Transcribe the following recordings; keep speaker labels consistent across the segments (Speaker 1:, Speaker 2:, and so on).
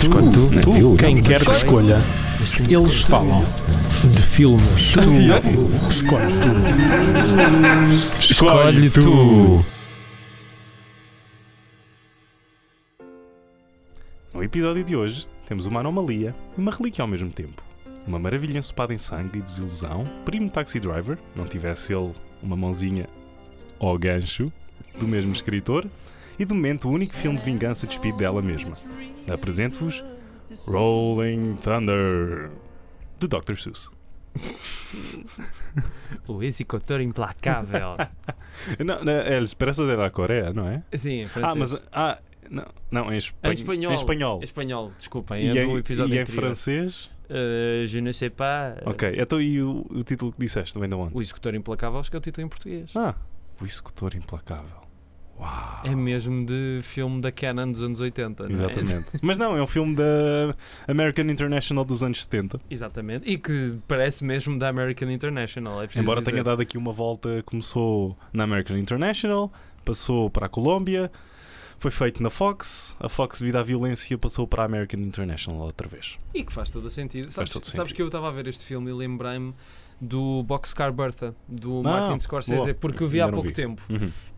Speaker 1: Escolhe tu.
Speaker 2: Tu,
Speaker 1: Eu,
Speaker 2: quem
Speaker 1: não.
Speaker 2: quer que escolha, eles falam de filmes. Tu escolhes tu.
Speaker 1: Escolhe tu.
Speaker 3: No episódio de hoje, temos uma anomalia e uma relíquia ao mesmo tempo. Uma maravilha ensopada em sangue e desilusão, primo taxi driver, não tivesse ele uma mãozinha ao gancho, do mesmo escritor, e de momento o único filme de vingança despido dela mesma. Apresento-vos Rolling Thunder, de Dr. Seuss.
Speaker 4: O executor implacável.
Speaker 3: Não, não, é El Expresso de la Coreia, não é?
Speaker 4: Sim, em
Speaker 3: Ah,
Speaker 4: francês.
Speaker 3: mas. Ah, não, não em, espan-
Speaker 4: Em espanhol.
Speaker 3: Em espanhol.
Speaker 4: Em espanhol, desculpem,
Speaker 3: E
Speaker 4: é
Speaker 3: em,
Speaker 4: do episódio
Speaker 3: e em
Speaker 4: anterior.
Speaker 3: francês?
Speaker 4: Eh, je ne sais pas. eh,
Speaker 3: Ok, então e o, o título que disseste vem de onde?
Speaker 4: O executor implacável, acho que é o título em português.
Speaker 3: Ah, o executor implacável. Uau!
Speaker 4: É mesmo de filme da Canon dos anos 80, não é?
Speaker 3: Exatamente. Mas não, é um filme da American International dos anos 70.
Speaker 4: Exatamente. E que parece mesmo da American International. É preciso
Speaker 3: Embora
Speaker 4: dizer.
Speaker 3: tenha dado aqui uma volta, começou na American International, passou para a Colômbia, foi feito na Fox, a Fox, devido à violência, passou para a American International outra vez.
Speaker 4: E que faz todo o sentido. Sabes,
Speaker 3: todo o
Speaker 4: sabes
Speaker 3: sentido.
Speaker 4: que eu estava a ver este filme e lembrei-me do Boxcar Bertha, do
Speaker 3: Ah,
Speaker 4: Martin Scorsese,
Speaker 3: boa.
Speaker 4: porque o vi há
Speaker 3: Ainda não
Speaker 4: pouco
Speaker 3: vi.
Speaker 4: tempo.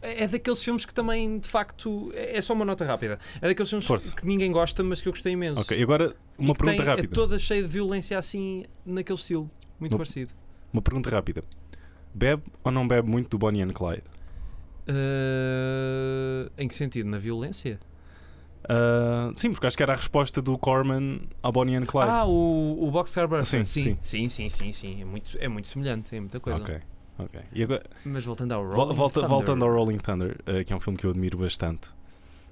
Speaker 4: É é daqueles filmes que também, de facto, é é só uma nota rápida. É daqueles filmes
Speaker 3: Força.
Speaker 4: que ninguém gosta, mas que eu gostei imenso.
Speaker 3: Ok, e agora
Speaker 4: E
Speaker 3: uma
Speaker 4: que
Speaker 3: pergunta
Speaker 4: tem- É
Speaker 3: rápida.
Speaker 4: toda cheia de violência assim, naquele estilo. Muito
Speaker 3: Uma-
Speaker 4: parecido.
Speaker 3: Uma pergunta rápida. Bebe ou não bebe muito do Bonnie and Clyde?
Speaker 4: Eh, em que sentido? Na violência?
Speaker 3: Ah, sim, porque acho que era a resposta do Corman a Bonnie and Clyde.
Speaker 4: Ah, o, o Boxcar Bertha.
Speaker 3: Ah, Sim,
Speaker 4: sim, sim, sim, sim, sim. É, muito, é muito semelhante, é muita coisa.
Speaker 3: Ok, ok. E agora,
Speaker 4: Mas voltando ao
Speaker 3: vol-
Speaker 4: Rolling
Speaker 3: volta,
Speaker 4: Thunder.
Speaker 3: voltando ao Rolling Thunder, eh, que é um filme que eu admiro bastante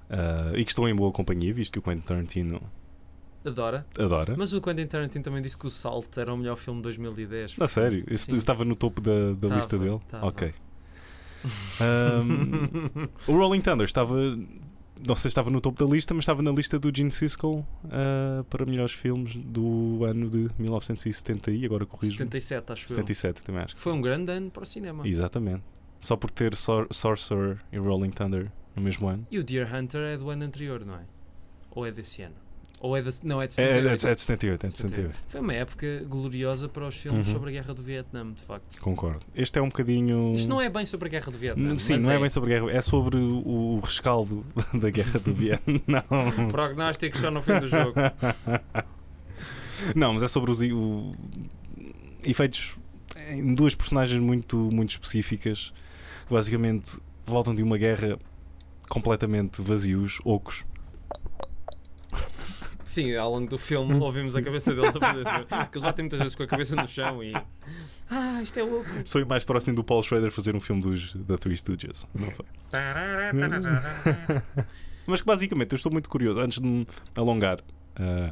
Speaker 3: ah, e que estou em boa companhia, visto que o Quentin Tarantino
Speaker 4: Adora.
Speaker 3: adora.
Speaker 4: Mas o Quentin Tarantino também disse que o Salto era o melhor filme de 2010.
Speaker 3: A Ah, sério, isso isso tá
Speaker 4: Sim.
Speaker 3: estava no topo da, da
Speaker 4: Tava,
Speaker 3: lista dele?
Speaker 4: tava.
Speaker 3: Ok. Ahm, o Rolling Thunder estava. Não sei se estava no topo da lista, mas estava na lista do Gene Siskel ah, para melhores filmes do ano de 1970 e agora corrijo.
Speaker 4: 77, acho eu.
Speaker 3: 77 também acho.
Speaker 4: Foi um grande ano para o cinema.
Speaker 3: Exatamente. Só por ter Sor- Sorcerer e Rolling Thunder no mesmo ano.
Speaker 4: E o Deer Hunter é do ano anterior, não é? Ou é desse ano? Ou é desse... Não, é de
Speaker 3: É, é,
Speaker 4: 78.
Speaker 3: de- é de 78, é de 78.
Speaker 4: Foi uma época gloriosa para os filmes
Speaker 3: Uhum.
Speaker 4: sobre a Guerra do Vietnã, de facto.
Speaker 3: Concordo. Este é um bocadinho.
Speaker 4: Isto não é bem sobre a Guerra do Vietnã.
Speaker 3: Sim,
Speaker 4: mas
Speaker 3: não é.
Speaker 4: é
Speaker 3: bem sobre a guerra, é sobre o o rescaldo da guerra do Vietnã. Não.
Speaker 4: Prognósticos só no fim do jogo.
Speaker 3: não, mas é sobre os e- o- efeitos em duas personagens muito, muito específicas que basicamente voltam de uma guerra completamente vazios, ocos.
Speaker 4: Sim, ao longo do filme ouvimos a cabeça deles a fazer isso. Porque eles batem muitas vezes com a cabeça no chão e. Ah, isto é louco.
Speaker 3: Sou mais próximo do Paul Schrader fazer um filme dos da Three Stooges, não foi? Mas que basicamente eu estou muito curioso, antes de me alongar ah,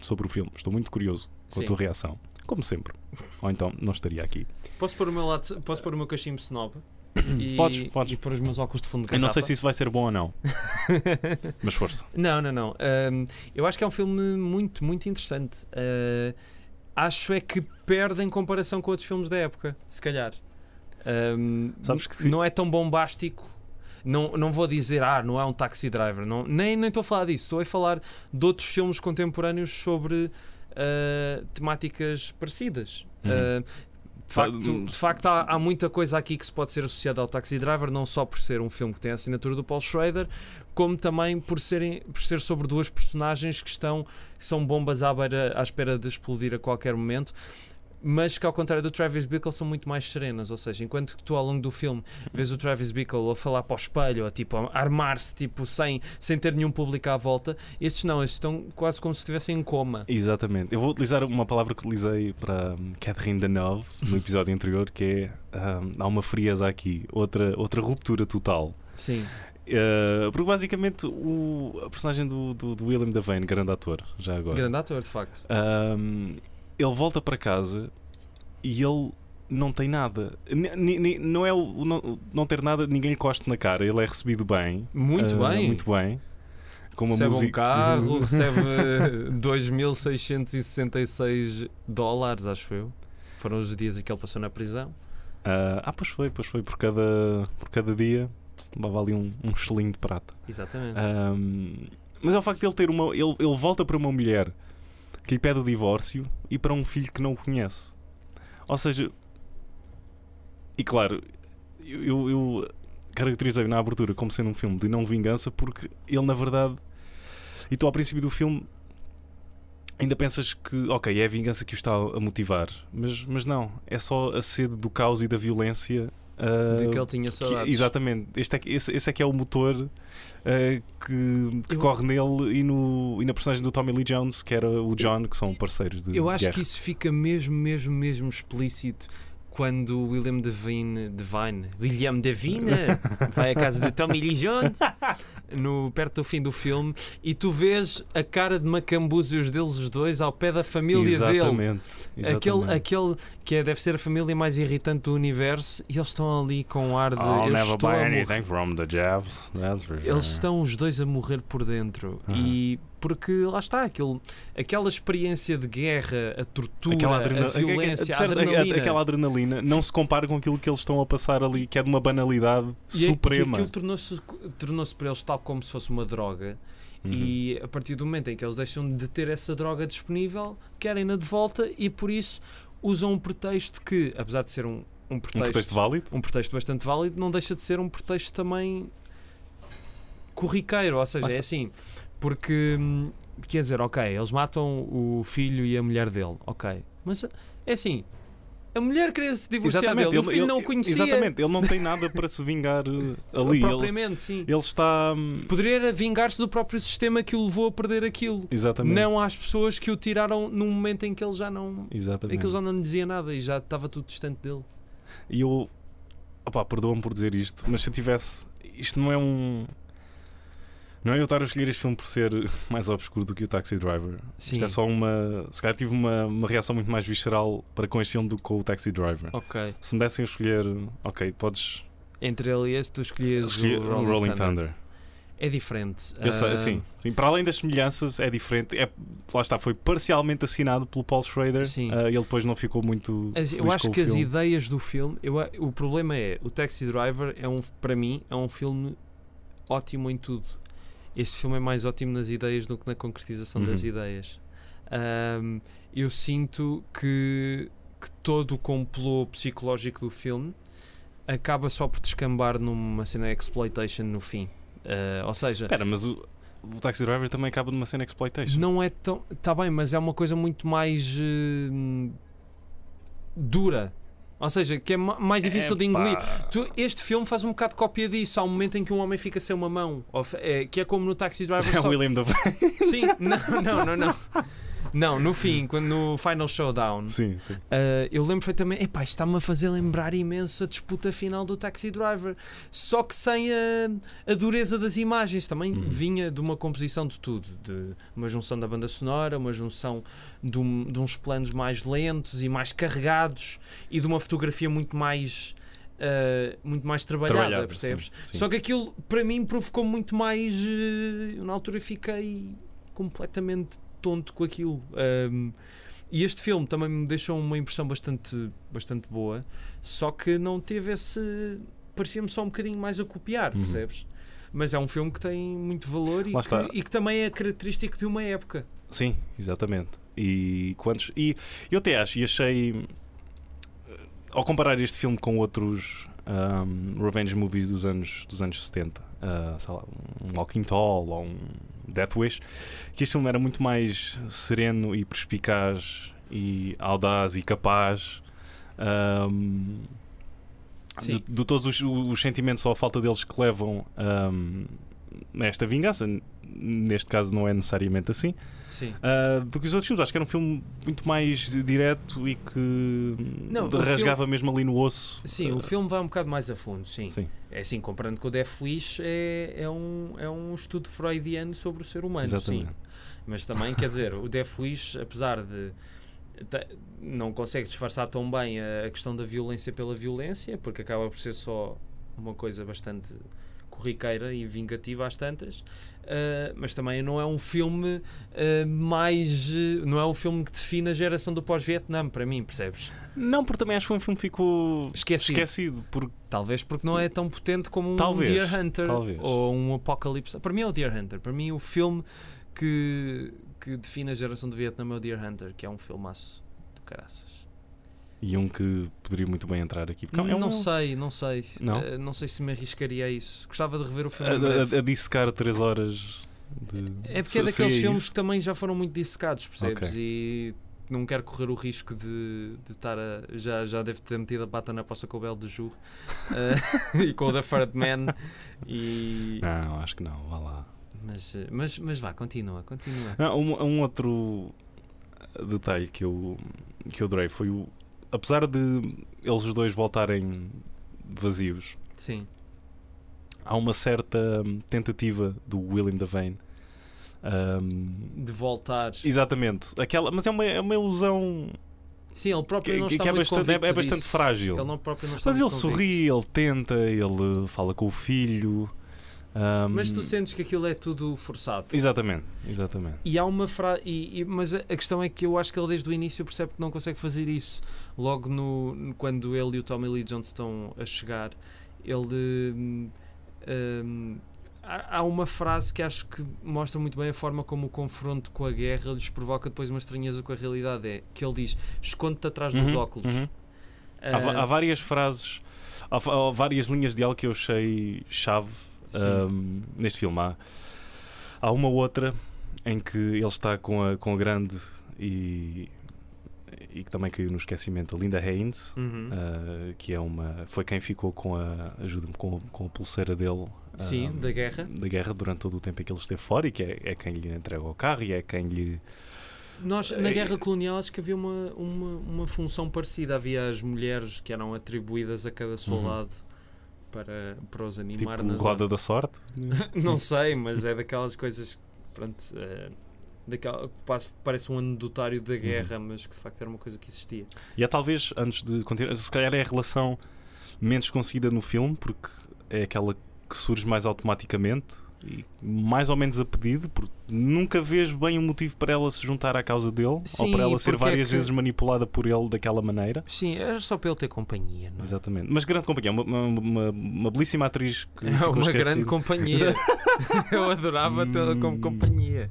Speaker 3: sobre o filme, estou muito curioso com a
Speaker 4: Sim.
Speaker 3: tua reação, como sempre. Ou então não estaria aqui.
Speaker 4: Posso pôr o meu lado, posso pôr o meu cachimbo snob e,
Speaker 3: Podes, podes.
Speaker 4: e pôr os meus óculos de fundo de
Speaker 3: Eu não
Speaker 4: garrafa?
Speaker 3: sei se isso vai ser bom ou não, mas força.
Speaker 4: Não, não, não. Ahm, eu acho que é um filme muito, muito interessante. Ah, acho é que perde em comparação com outros filmes da época, se calhar. Ahm,
Speaker 3: Sabes que se-
Speaker 4: Não é tão bombástico. Não, não vou dizer, ah, não é um taxi driver. Não, nem nem estou a falar disso. Estou a falar de outros filmes contemporâneos sobre ah, temáticas parecidas.
Speaker 3: Uhum.
Speaker 4: Ah, de
Speaker 3: Fa-
Speaker 4: facto, de facto há, há muita coisa aqui que se pode ser associada ao Taxi Driver, não só por ser um filme que tem a assinatura do Paul Schrader, como também por, serem, por ser sobre duas personagens que estão que são bombas à, beira, à espera de explodir a qualquer momento. Mas que, ao contrário do Travis Bickle, são muito mais serenas. Ou seja, enquanto que tu, ao longo do filme, vês o Travis Bickle a falar para o espelho, a, tipo, a armar-se tipo, sem, sem ter nenhum público à volta, estes não, estes estão quase como se estivessem em coma.
Speaker 3: Exatamente. Eu vou utilizar uma palavra que utilizei para hum, Catherine Deneuve no episódio anterior, que é hum, há uma frieza aqui, outra, outra ruptura total.
Speaker 4: Sim.
Speaker 3: Uh, porque basicamente o, a personagem do, do, do William Devane, grande ator, já agora,
Speaker 4: Grande ator, de facto.
Speaker 3: um, ele volta para casa e ele não tem nada. Ni- ni- ni- não é o, o não, o não ter nada, ninguém lhe coste na cara, ele é recebido bem.
Speaker 4: Muito
Speaker 3: Uh,
Speaker 4: bem.
Speaker 3: Muito bem. Com uma
Speaker 4: recebe um
Speaker 3: música. Uhum.
Speaker 4: carro, recebe eh, 2.666 dólares, acho eu. Foram os dias em que ele passou na prisão.
Speaker 3: Uh, ah, pois foi, pois foi. Por cada, por cada dia levava ali um, um selinho de prata.
Speaker 4: Exatamente.
Speaker 3: Um, Mas é o facto de ele ter uma. Ele, ele volta para uma mulher que lhe pede o divórcio e para um filho que não o conhece. Ou seja. E claro, eu, eu, eu caracterizei na abertura como sendo um filme de não vingança porque ele, na verdade. E tu, ao princípio do filme, ainda pensas que, ok, é a vingança que o está a motivar. Mas, mas não. É só a sede do caos e da violência. ah,
Speaker 4: de que ele tinha
Speaker 3: que-
Speaker 4: saudades.
Speaker 3: exatamente, este é, que- esse, esse é que é o motor eh, que, que
Speaker 4: Eu-
Speaker 3: corre nele e, no, e na personagem do Tommy Lee Jones, que era o John, que são parceiros de.
Speaker 4: Eu acho
Speaker 3: guerra.
Speaker 4: que isso fica mesmo, mesmo, mesmo explícito quando o William Devine, Devine, William Devine vai à casa de Tommy Lee Jones no, perto do fim do filme e tu vês a cara de macambúzios deles os dois ao pé da família dele.
Speaker 3: exatamente,
Speaker 4: Aquele,
Speaker 3: exatamente.
Speaker 4: aquele que é, deve ser a família mais irritante do universo e eles estão ali com um ar de
Speaker 3: Oh,
Speaker 4: eu estou a morrer.
Speaker 3: from the Javs.
Speaker 4: Eles estão os dois a morrer por dentro
Speaker 3: Aham.
Speaker 4: e porque lá está aquele, aquela experiência de guerra, a tortura,
Speaker 3: Aquela
Speaker 4: a
Speaker 3: adrenalina,
Speaker 4: violência,
Speaker 3: de
Speaker 4: a
Speaker 3: certo, a- a-
Speaker 4: adrenalina.
Speaker 3: aquela adrenalina não se compara com aquilo que eles estão a passar ali, que é de uma banalidade
Speaker 4: E é-
Speaker 3: suprema.
Speaker 4: E aquilo tornou-se tornou para eles tal como se fosse uma droga.
Speaker 3: Uhum.
Speaker 4: E a partir do momento em que eles deixam de ter essa droga disponível, querem-na de volta e por isso usam um pretexto que, apesar de ser um, um
Speaker 3: um contexto válido.
Speaker 4: um pretexto bastante válido, não deixa de ser um pretexto também corriqueiro, ou seja,
Speaker 3: Lá
Speaker 4: é assim, porque hum, quer dizer, ok, eles matam o filho e a mulher dele, ok, mas é assim, a mulher queria se divorciar dele, o filho não o conhecia
Speaker 3: Exatamente, ele não tem nada para se vingar eh, ali. Ele,
Speaker 4: propriamente, sim.
Speaker 3: ele está. hum,
Speaker 4: Poderia era vingar-se do próprio sistema que o levou a perder aquilo,
Speaker 3: Exatamente.
Speaker 4: não às pessoas que o tiraram num momento em que ele já não, em
Speaker 3: Exatamente.
Speaker 4: que ele já não lhe dizia nada e já estava tudo distante dele.
Speaker 3: E eu. Opá, perdoa-me por dizer isto, mas se eu tivesse. Isto não é um. Não é eu estar a escolher este filme por ser mais obscuro do que o Taxi Driver.
Speaker 4: Sim.
Speaker 3: Isto é só uma. Se calhar tive uma, uma reação muito mais visceral para com este filme do que com o Taxi Driver.
Speaker 4: Ok.
Speaker 3: Se me dessem a escolher. Ok, podes
Speaker 4: Entre ele e esse, tu escolhias
Speaker 3: escolher
Speaker 4: o
Speaker 3: o
Speaker 4: Rolling, Thunder.
Speaker 3: Thunder.
Speaker 4: É diferente.
Speaker 3: Eu sei,
Speaker 4: Ah,
Speaker 3: sim, sim. Para além das semelhanças, é diferente. É, lá está, foi parcialmente assinado pelo Paul Schrader.
Speaker 4: Sim.
Speaker 3: Ah, ele depois não ficou muito.
Speaker 4: as-
Speaker 3: feliz
Speaker 4: eu acho
Speaker 3: com o
Speaker 4: que as
Speaker 3: filme.
Speaker 4: ideias do filme. Eu, a- o problema é. O Taxi Driver, é um, para mim, é um filme ótimo em tudo. Este filme é mais ótimo nas ideias do que na concretização das
Speaker 3: Uhum.
Speaker 4: ideias. Ahm, eu sinto que, que todo o complô psicológico do filme acaba só por descambar numa cena de exploitation no fim. Ah, ou seja,
Speaker 3: Espera, mas o, o Taxi Driver também acaba numa cena exploitation.
Speaker 4: Não é tão. Está bem, mas é uma coisa muito mais. eh, dura. Ou seja, que é ma- mais difícil de engolir. Tu- este filme faz um bocado de cópia disso. Há um momento em que um homem fica sem uma mão. Ou fe- é, que é como no Taxi Driver.
Speaker 3: É o
Speaker 4: só-
Speaker 3: William da
Speaker 4: Sim, não, não, não, não. Não, no fim, quando no Final Showdown,
Speaker 3: Sim, sim.
Speaker 4: eh, eu lembro perfeitamente. Epá, isto está-me a fazer lembrar imenso a disputa final do Taxi Driver. Só que sem a, a dureza das imagens também
Speaker 3: Uhum.
Speaker 4: vinha de uma composição de tudo, de uma junção da banda sonora, uma junção de, um- de uns planos mais lentos e mais carregados e de uma fotografia muito mais ah, muito mais trabalhada,
Speaker 3: Trabalhada,
Speaker 4: percebes?
Speaker 3: sim, sim.
Speaker 4: Só que aquilo para mim provocou muito mais. eh, eu na altura fiquei completamente tonto com aquilo. Ah, Ahm, e este filme também me deixou uma impressão bastante, bastante boa, só que não teve esse, parecia-me só um bocadinho mais a copiar,
Speaker 3: Uhum.
Speaker 4: percebes? Mas é um filme que tem muito valor e
Speaker 3: Lá está.
Speaker 4: que, e que também é característico de uma época.
Speaker 3: Sim, exatamente. E quantos. E eu até acho, e achei. eh, Ao comparar este filme com outros ahm, revenge movies dos anos, dos anos 70, ah, sei lá, um Walking Tall ou um Death Wish, que este filme era muito mais sereno e perspicaz e audaz e capaz. ahm,
Speaker 4: Sim.
Speaker 3: de, de todos os, os sentimentos ou a falta deles que levam ahm, a esta vingança, N- neste caso não é necessariamente assim,
Speaker 4: Sim.
Speaker 3: ah, do que os outros filmes. Acho que era um filme muito mais direto e que
Speaker 4: Não,
Speaker 3: de-
Speaker 4: o
Speaker 3: rasgava mesmo ali no osso.
Speaker 4: Sim, o filme vai um bocado mais a fundo, sim.
Speaker 3: Ah. Sim.
Speaker 4: É assim, comparando com o Death Wish, é, é, um, é um estudo freudiano sobre o ser humano, sim.
Speaker 3: Exatamente.
Speaker 4: Mas também, quer dizer, o Death Wish, apesar de ta- não consegue disfarçar tão bem a a questão da violência pela violência, porque acaba por ser só uma coisa bastante corriqueira e vingativa às tantas. Uh, mas também não é um filme uh, mais. uh, não é um filme que define a geração do pós-Vietnã, para mim, percebes?
Speaker 3: Não, porque também acho que foi um filme que ficou
Speaker 4: Esquecido.
Speaker 3: esquecido. Porque
Speaker 4: Talvez porque não é tão potente como um
Speaker 3: Talvez,
Speaker 4: Deer Hunter
Speaker 3: talvez.
Speaker 4: ou um Apocalipse. Para mim é o Deer Hunter. Para mim, o filme que, que define a geração do Vietnã é o Deer Hunter, que é um filmaço do caraças.
Speaker 3: E um que poderia muito bem entrar aqui. Porque é um,
Speaker 4: não sei, não sei.
Speaker 3: Não?
Speaker 4: Eh, não sei se me arriscaria a isso. Gostava de rever o filme. em breve.
Speaker 3: A, a, a dissecar 3 horas de.
Speaker 4: É porque
Speaker 3: eh, Se-
Speaker 4: é daqueles
Speaker 3: seria
Speaker 4: filmes
Speaker 3: isso?
Speaker 4: que também já foram muito dissecados, percebes? E não quero correr o risco de, de estar a. Já, já devo ter metido a pata na poça com o Belo de Ju eh, e com o The Third Man. E,
Speaker 3: Não, acho que não, vá lá.
Speaker 4: mas, eh, mas, mas vá, continua, continua.
Speaker 3: Não, um, um outro detalhe que eu, que eu adorei foi o. Apesar de eles os dois voltarem vazios,
Speaker 4: Sim,
Speaker 3: há uma certa hum, tentativa do William Devane. hum,
Speaker 4: de voltar.
Speaker 3: exatamente, aquela, mas é uma, é uma ilusão
Speaker 4: Sim, ele próprio
Speaker 3: que,
Speaker 4: não
Speaker 3: que
Speaker 4: está
Speaker 3: é
Speaker 4: muito
Speaker 3: bastante, é- é
Speaker 4: convicto
Speaker 3: bastante
Speaker 4: disso.
Speaker 3: frágil.
Speaker 4: Ele não próprio não está
Speaker 3: Mas ele
Speaker 4: muito convicto.
Speaker 3: sorri, ele tenta, ele fala com o filho. hum,
Speaker 4: Mas tu sentes que aquilo é tudo forçado.
Speaker 3: Exatamente, exatamente.
Speaker 4: E há uma frase. Mas a a questão é que eu acho que ele desde o início percebe que não consegue fazer isso. Logo no, no- quando ele e o Tommy Lee Jones estão a chegar, ele. hum, hum, há há uma frase que acho que mostra muito bem a forma como o confronto com a guerra lhes provoca depois uma estranheza com a realidade. É que ele diz: esconde-te atrás dos
Speaker 3: Uhum,
Speaker 4: óculos.
Speaker 3: uhum. Há, va-
Speaker 4: Ah,
Speaker 3: há várias frases, há, fa- há várias linhas de algo que eu achei chave
Speaker 4: Sim.
Speaker 3: hum, neste filme. Há, há uma outra em que ele está com a, com a grande e, e que também caiu no esquecimento, a Linda Haynes,
Speaker 4: uhum.
Speaker 3: ah, que é uma, foi quem ficou com a, ajuda-me, com, com a pulseira dele.
Speaker 4: Sim,
Speaker 3: ah,
Speaker 4: da guerra.
Speaker 3: da guerra durante todo o tempo em que ele esteve fora e que é, é quem lhe entrega o carro e é quem lhe.
Speaker 4: Nós, na
Speaker 3: Eh,
Speaker 4: guerra colonial, acho que havia uma, uma, uma função parecida. Havia as mulheres que eram atribuídas a cada soldado para, para os
Speaker 3: Uhum. Tipo,
Speaker 4: animar. na
Speaker 3: roda da sorte.
Speaker 4: zona. Não sei, mas é daquelas coisas que, pronto, eh, daquela, que passa- parece um anedotário
Speaker 3: Uhum.
Speaker 4: da guerra, mas que de facto era uma coisa que existia.
Speaker 3: E é talvez, antes de continuar, se calhar é a relação menos conseguida no filme, porque é aquela que surge mais automaticamente e mais ou menos a pedido, porque nunca vês bem o motivo para ela se juntar à causa dele ou
Speaker 4: Sim,
Speaker 3: para ela ser
Speaker 4: porque é
Speaker 3: várias
Speaker 4: que-
Speaker 3: vezes manipulada por ele daquela maneira.
Speaker 4: Sim, era só para ele ter companhia, não é?
Speaker 3: Exatamente. Mas grande companhia, uma, uma, uma- uma belíssima atriz que
Speaker 4: É
Speaker 3: ficou
Speaker 4: uma grande
Speaker 3: esquecida.
Speaker 4: companhia. Eu adorava tê-la como
Speaker 3: Hum.
Speaker 4: companhia.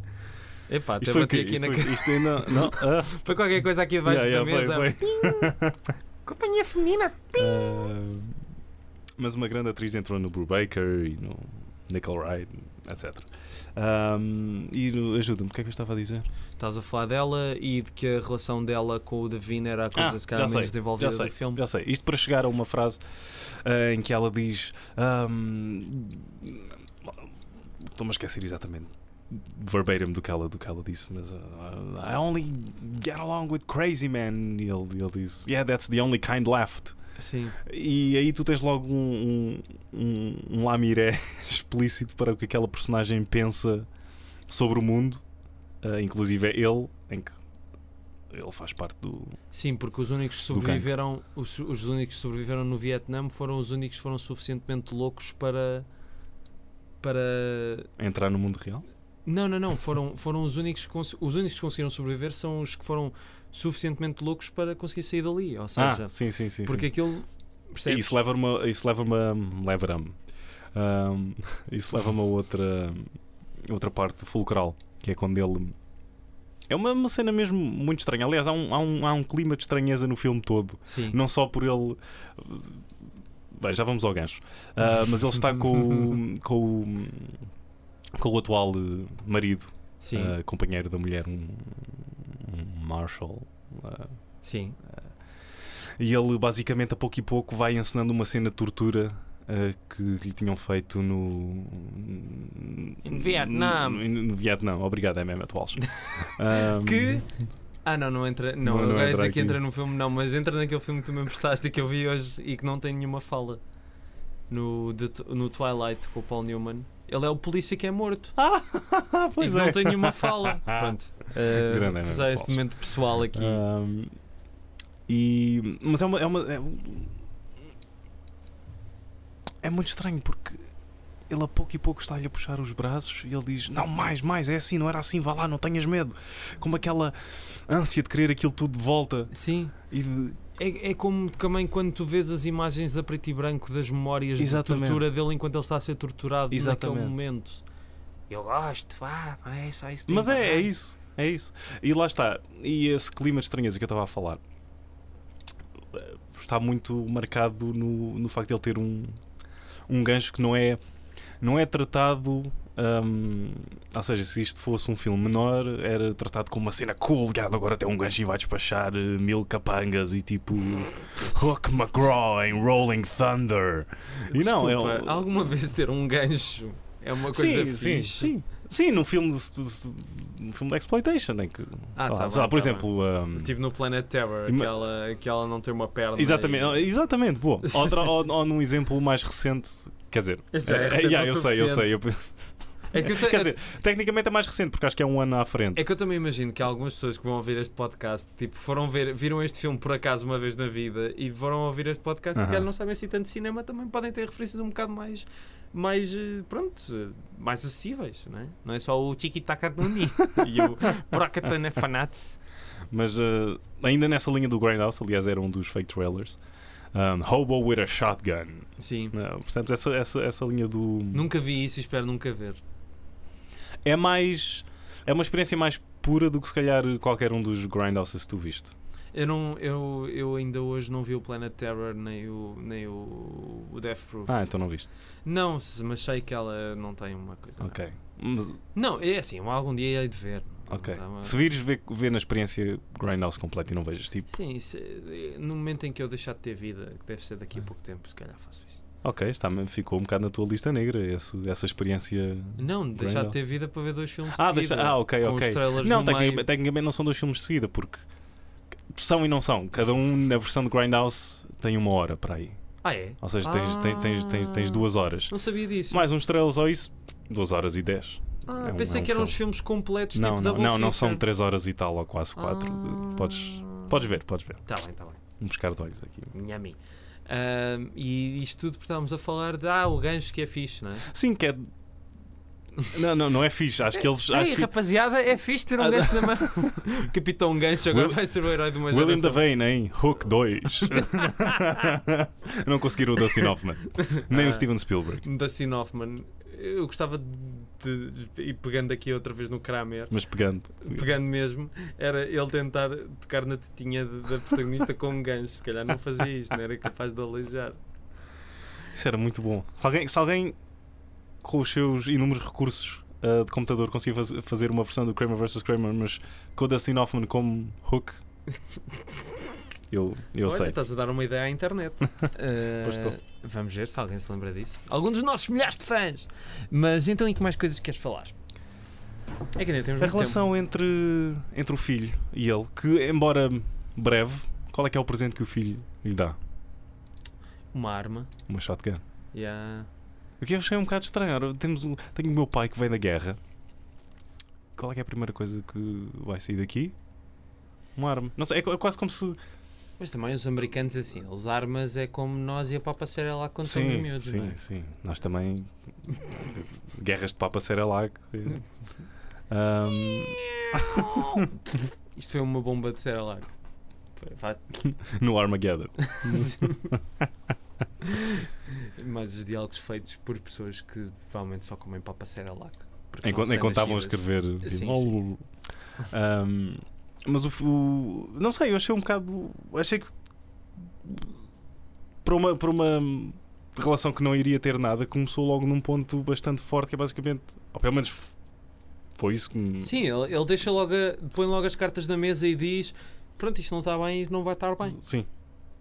Speaker 4: Epá, até
Speaker 3: Isto foi o quê?
Speaker 4: bati aqui
Speaker 3: Isto
Speaker 4: na.
Speaker 3: foi-
Speaker 4: ca-
Speaker 3: isto ainda. Não? Ah,
Speaker 4: Foi qualquer coisa aqui debaixo
Speaker 3: yeah,
Speaker 4: da
Speaker 3: yeah,
Speaker 4: mesa.
Speaker 3: foi, foi.
Speaker 4: Companhia feminina.
Speaker 3: Ah, mas uma grande atriz entrou no Brubaker e no Nickel Wright, etc. Ahm, e no- ajuda-me, o que é que eu estava a dizer?
Speaker 4: Estás a falar dela e de que a relação dela com o Davina era a coisa
Speaker 3: Ah,
Speaker 4: se calhar
Speaker 3: já
Speaker 4: menos
Speaker 3: sei,
Speaker 4: desenvolvida
Speaker 3: já sei,
Speaker 4: do filme.
Speaker 3: Já sei, isto para chegar a uma frase ah, em que ela diz. ahm, Estou-me a esquecer exatamente verbatim do que ela, do que ela disse, mas ah, I only get along with crazy men. E ele, ele diz: Yeah, that's the only kind left.
Speaker 4: Sim,
Speaker 3: E aí tu tens logo um, um, um, um lamiré explícito para o que aquela personagem pensa sobre o mundo, ah, inclusive é ele, em que ele faz parte do.
Speaker 4: sim, porque os únicos que
Speaker 3: Do cancro.
Speaker 4: sobreviveram, os, os únicos que sobreviveram no Vietnã foram os únicos que foram suficientemente loucos para para
Speaker 3: entrar no mundo real.
Speaker 4: não, não, não, foram, foram os únicos que cons- os únicos que conseguiram sobreviver são os que foram suficientemente loucos para conseguir sair dali, ou seja,
Speaker 3: ah, sim, sim, sim.
Speaker 4: porque
Speaker 3: sim.
Speaker 4: aquilo percebes?
Speaker 3: Isso leva-me a- isso leva-me a- leva-me Ahm, isso leva-me a outra, outra parte fulcral, que é quando ele. É uma, uma cena mesmo muito estranha. Aliás, há um, há, um, há um clima de estranheza no filme todo.
Speaker 4: Sim.
Speaker 3: Não só por ele. Bem, já vamos ao gancho. Ah, mas ele está com o. com o. Com o atual eh, marido,
Speaker 4: Sim.
Speaker 3: ah, companheiro da mulher, um, um Marshall. ah,
Speaker 4: sim.
Speaker 3: e ele basicamente a pouco e pouco vai encenando uma cena de tortura ah, que, que lhe tinham feito no.
Speaker 4: Em Vietnã.
Speaker 3: No, no Vietnã, obrigado, é mesmo, Walsh. Ah,
Speaker 4: que. Ah, não, não entra. Não,
Speaker 3: Não, não
Speaker 4: agora ia
Speaker 3: entra
Speaker 4: dizer que
Speaker 3: aqui.
Speaker 4: entra no filme, não, mas entra naquele filme que tu me emprestaste e que eu vi hoje e que não tem nenhuma fala. No, de- no Twilight com o Paul Newman. Ele é o polícia que é morto.
Speaker 3: Ah, pois
Speaker 4: e que
Speaker 3: é.
Speaker 4: não tem nenhuma fala. Pronto. Uh,
Speaker 3: Grande Ah. é
Speaker 4: usar
Speaker 3: mesmo,
Speaker 4: este
Speaker 3: Paulo.
Speaker 4: momento pessoal aqui.
Speaker 3: Ahm, e, mas é uma. É, uma- é um- é muito estranho porque ele a pouco e pouco está-lhe a puxar os braços e ele diz: Não, mais, mais, é assim, não era assim, vá lá, não tenhas medo. Como aquela ânsia de querer aquilo tudo de volta
Speaker 4: Sim.
Speaker 3: e de.
Speaker 4: É, é como também quando tu vês as imagens a preto e branco das memórias
Speaker 3: Exatamente.
Speaker 4: da tortura dele enquanto ele está a ser torturado
Speaker 3: Exatamente.
Speaker 4: naquele momento. Eu gosto, vá, é só isso.
Speaker 3: Mas é, é isso, é isso. E lá está. E esse clima de estranheza que eu estava a falar eh, está muito marcado no, no facto de ele ter um, um gancho que não é, não é tratado. hum, ou seja, se isto fosse um filme menor, era tratado como uma cena cool. gado, Agora tem um gancho e vai despachar eh, mil capangas e tipo Hook McGraw em Rolling Thunder. E não, é um-
Speaker 4: alguma vez ter um gancho é uma
Speaker 3: sim,
Speaker 4: coisa fixe.
Speaker 3: Sim, sim. Sim, num filme de, de- num filme de exploitation, em que.
Speaker 4: Ah,
Speaker 3: sei lá,
Speaker 4: tá
Speaker 3: sei lá, por
Speaker 4: bem, tá
Speaker 3: exemplo. um,
Speaker 4: Tipo no Planet Terror,
Speaker 3: Ima-
Speaker 4: aquela, aquela não ter uma perna.
Speaker 3: exatamente,
Speaker 4: e-
Speaker 3: exatamente, boa.
Speaker 4: Sim,
Speaker 3: Outra,
Speaker 4: sim,
Speaker 3: ou,
Speaker 4: sim.
Speaker 3: ou num exemplo mais recente. Quer dizer,
Speaker 4: Este já é
Speaker 3: eh,
Speaker 4: recente
Speaker 3: yeah,
Speaker 4: o
Speaker 3: eu sei, eu sei. eu-
Speaker 4: É que eu, te-
Speaker 3: quer dizer, tecnicamente é mais recente, porque acho que é um ano à frente.
Speaker 4: é que eu também imagino que há algumas pessoas que vão ouvir este podcast, tipo, foram ver, viram este filme por acaso uma vez na vida e foram ouvir este podcast, se
Speaker 3: Aham.
Speaker 4: calhar não sabem assim tanto de cinema, também podem ter referências um bocado mais, mais eh, pronto, eh, mais acessíveis, não é? Não é só o Chiqui Taka Nuni e o
Speaker 3: é
Speaker 4: Prakatana Fanats.
Speaker 3: Mas eh, ainda nessa linha do Grindhouse, aliás, era um dos fake trailers. um, Hobo with a Shotgun.
Speaker 4: Sim.
Speaker 3: Não, percebes? Essa, essa, essa linha do.
Speaker 4: Nunca vi isso e espero nunca ver.
Speaker 3: É mais. É uma experiência mais pura do que se calhar qualquer um dos Grindhouses que tu viste.
Speaker 4: Eu, não, eu, eu ainda hoje não vi o Planet Terror nem o, nem o, o Death Proof.
Speaker 3: Ah, então não viste.
Speaker 4: Não, se- mas sei que ela não tem uma coisa. não.
Speaker 3: Ok. Mas,
Speaker 4: Não, é assim, eu algum dia hei de ver.
Speaker 3: ok.
Speaker 4: Não tá-
Speaker 3: Se vires, vê, vê na experiência Grindhouse completa e não vejas tipo.
Speaker 4: Sim, se- no momento em que eu deixar de ter vida, que deve ser
Speaker 3: Ah.
Speaker 4: daqui a pouco tempo, se calhar faço isso.
Speaker 3: Ok, está, ficou um bocado na tua lista negra esse- essa experiência.
Speaker 4: Não, deixar de
Speaker 3: Grindhouse.
Speaker 4: ter vida para ver dois filmes de
Speaker 3: Ah,
Speaker 4: seguida,
Speaker 3: deixa, ah ok,
Speaker 4: com
Speaker 3: ok.
Speaker 4: os trailers
Speaker 3: Não,
Speaker 4: no
Speaker 3: tecnicamente,
Speaker 4: meio.
Speaker 3: tecnicamente não são dois filmes de seguida, porque são e não são. Cada um na versão de Grindhouse tem uma hora para aí.
Speaker 4: Ah, é?
Speaker 3: Ou seja, tens,
Speaker 4: Ah.
Speaker 3: tens, tens, tens, tens duas horas.
Speaker 4: Não sabia disso.
Speaker 3: Mais uns trailers ou isso, duas horas e dez.
Speaker 4: ah,
Speaker 3: é um-
Speaker 4: pensei
Speaker 3: é um
Speaker 4: que eram
Speaker 3: filme.
Speaker 4: os filmes completos,
Speaker 3: não,
Speaker 4: tipo
Speaker 3: não,
Speaker 4: Double
Speaker 3: não, não são
Speaker 4: Feature.
Speaker 3: três horas e tal, ou quase quatro.
Speaker 4: Ah.
Speaker 3: Podes, podes ver, podes ver.
Speaker 4: Tá bem, tá bem.
Speaker 3: Um pescar de olhos aqui.
Speaker 4: Nhami. Ahm, e isto tudo porque estávamos a falar de ah, o gancho que é fixe, não é?
Speaker 3: Sim, que é. Não, não, não é fixe. Acho que eles. Acho
Speaker 4: Ei,
Speaker 3: que...
Speaker 4: rapaziada, é fixe ter um
Speaker 3: Ah,
Speaker 4: gancho na mão. O Capitão Gancho agora
Speaker 3: Will-
Speaker 4: vai ser o herói de uma
Speaker 3: William
Speaker 4: geração.
Speaker 3: Devane, hein? Hook 2. não conseguiram o Dustin Hoffman. Nem
Speaker 4: Ah.
Speaker 3: o Steven Spielberg.
Speaker 4: Dustin Hoffman. Eu gostava de, de ir pegando aqui outra vez no Kramer,
Speaker 3: Mas pegando.
Speaker 4: pegando mesmo, era ele tentar tocar na tetinha de- da protagonista com um gancho. Se calhar não fazia isso, não era capaz de aleijar.
Speaker 3: Isso era muito bom. Se alguém, se alguém com os seus inúmeros recursos ah, de computador conseguir faz- fazer uma versão do Kramer vs. Kramer, mas com o Dustin Hoffman como Hook, eu, eu
Speaker 4: Olha, tá
Speaker 3: sei.
Speaker 4: estás a dar uma ideia à internet. Eh,
Speaker 3: Pois estou.
Speaker 4: vamos ver se alguém se lembra disso. Algum dos nossos milhares de fãs. Mas então, em que mais coisas queres falar? É que ainda temos
Speaker 3: A
Speaker 4: muito
Speaker 3: relação entre, entre o filho e ele, que embora breve, qual é que é o presente que o filho lhe dá?
Speaker 4: tempo. Uma arma.
Speaker 3: Uma shotgun.
Speaker 4: Yeah.
Speaker 3: O que eu achei um bocado estranho. Ora, temos um, tenho o meu pai que vem da guerra. Qual é que é a primeira coisa que vai sair daqui? Uma arma. Não sei, é, qu- é quase como se.
Speaker 4: Mas também os americanos, assim, eles armas é como nós e a Papa Serra lá quando somos
Speaker 3: sim,
Speaker 4: miúdos, não
Speaker 3: sim,
Speaker 4: é?
Speaker 3: sim. Nós também. Guerras de papa será lá. que- Ahm,
Speaker 4: Isto foi uma bomba de Cerelac. Foi, vá-
Speaker 3: no Armageddon.
Speaker 4: Mas os diálogos feitos por pessoas que provavelmente só comem papa Cerelac. porque são
Speaker 3: Enquanto, enquanto estavam a
Speaker 4: recém-nascidas.
Speaker 3: escrever.
Speaker 4: Sim,
Speaker 3: tipo, "Oh". Ahm, mas o, o- Não sei, eu achei um bocado. Achei que. Para uma, para uma relação que não iria ter nada, começou logo num ponto bastante forte, que é basicamente. Ou pelo menos f- foi isso que. me-
Speaker 4: Sim, ele, ele deixa logo a- põe logo as cartas na mesa e diz: Pronto, isto não está bem, isto não vai estar bem.
Speaker 3: Sim.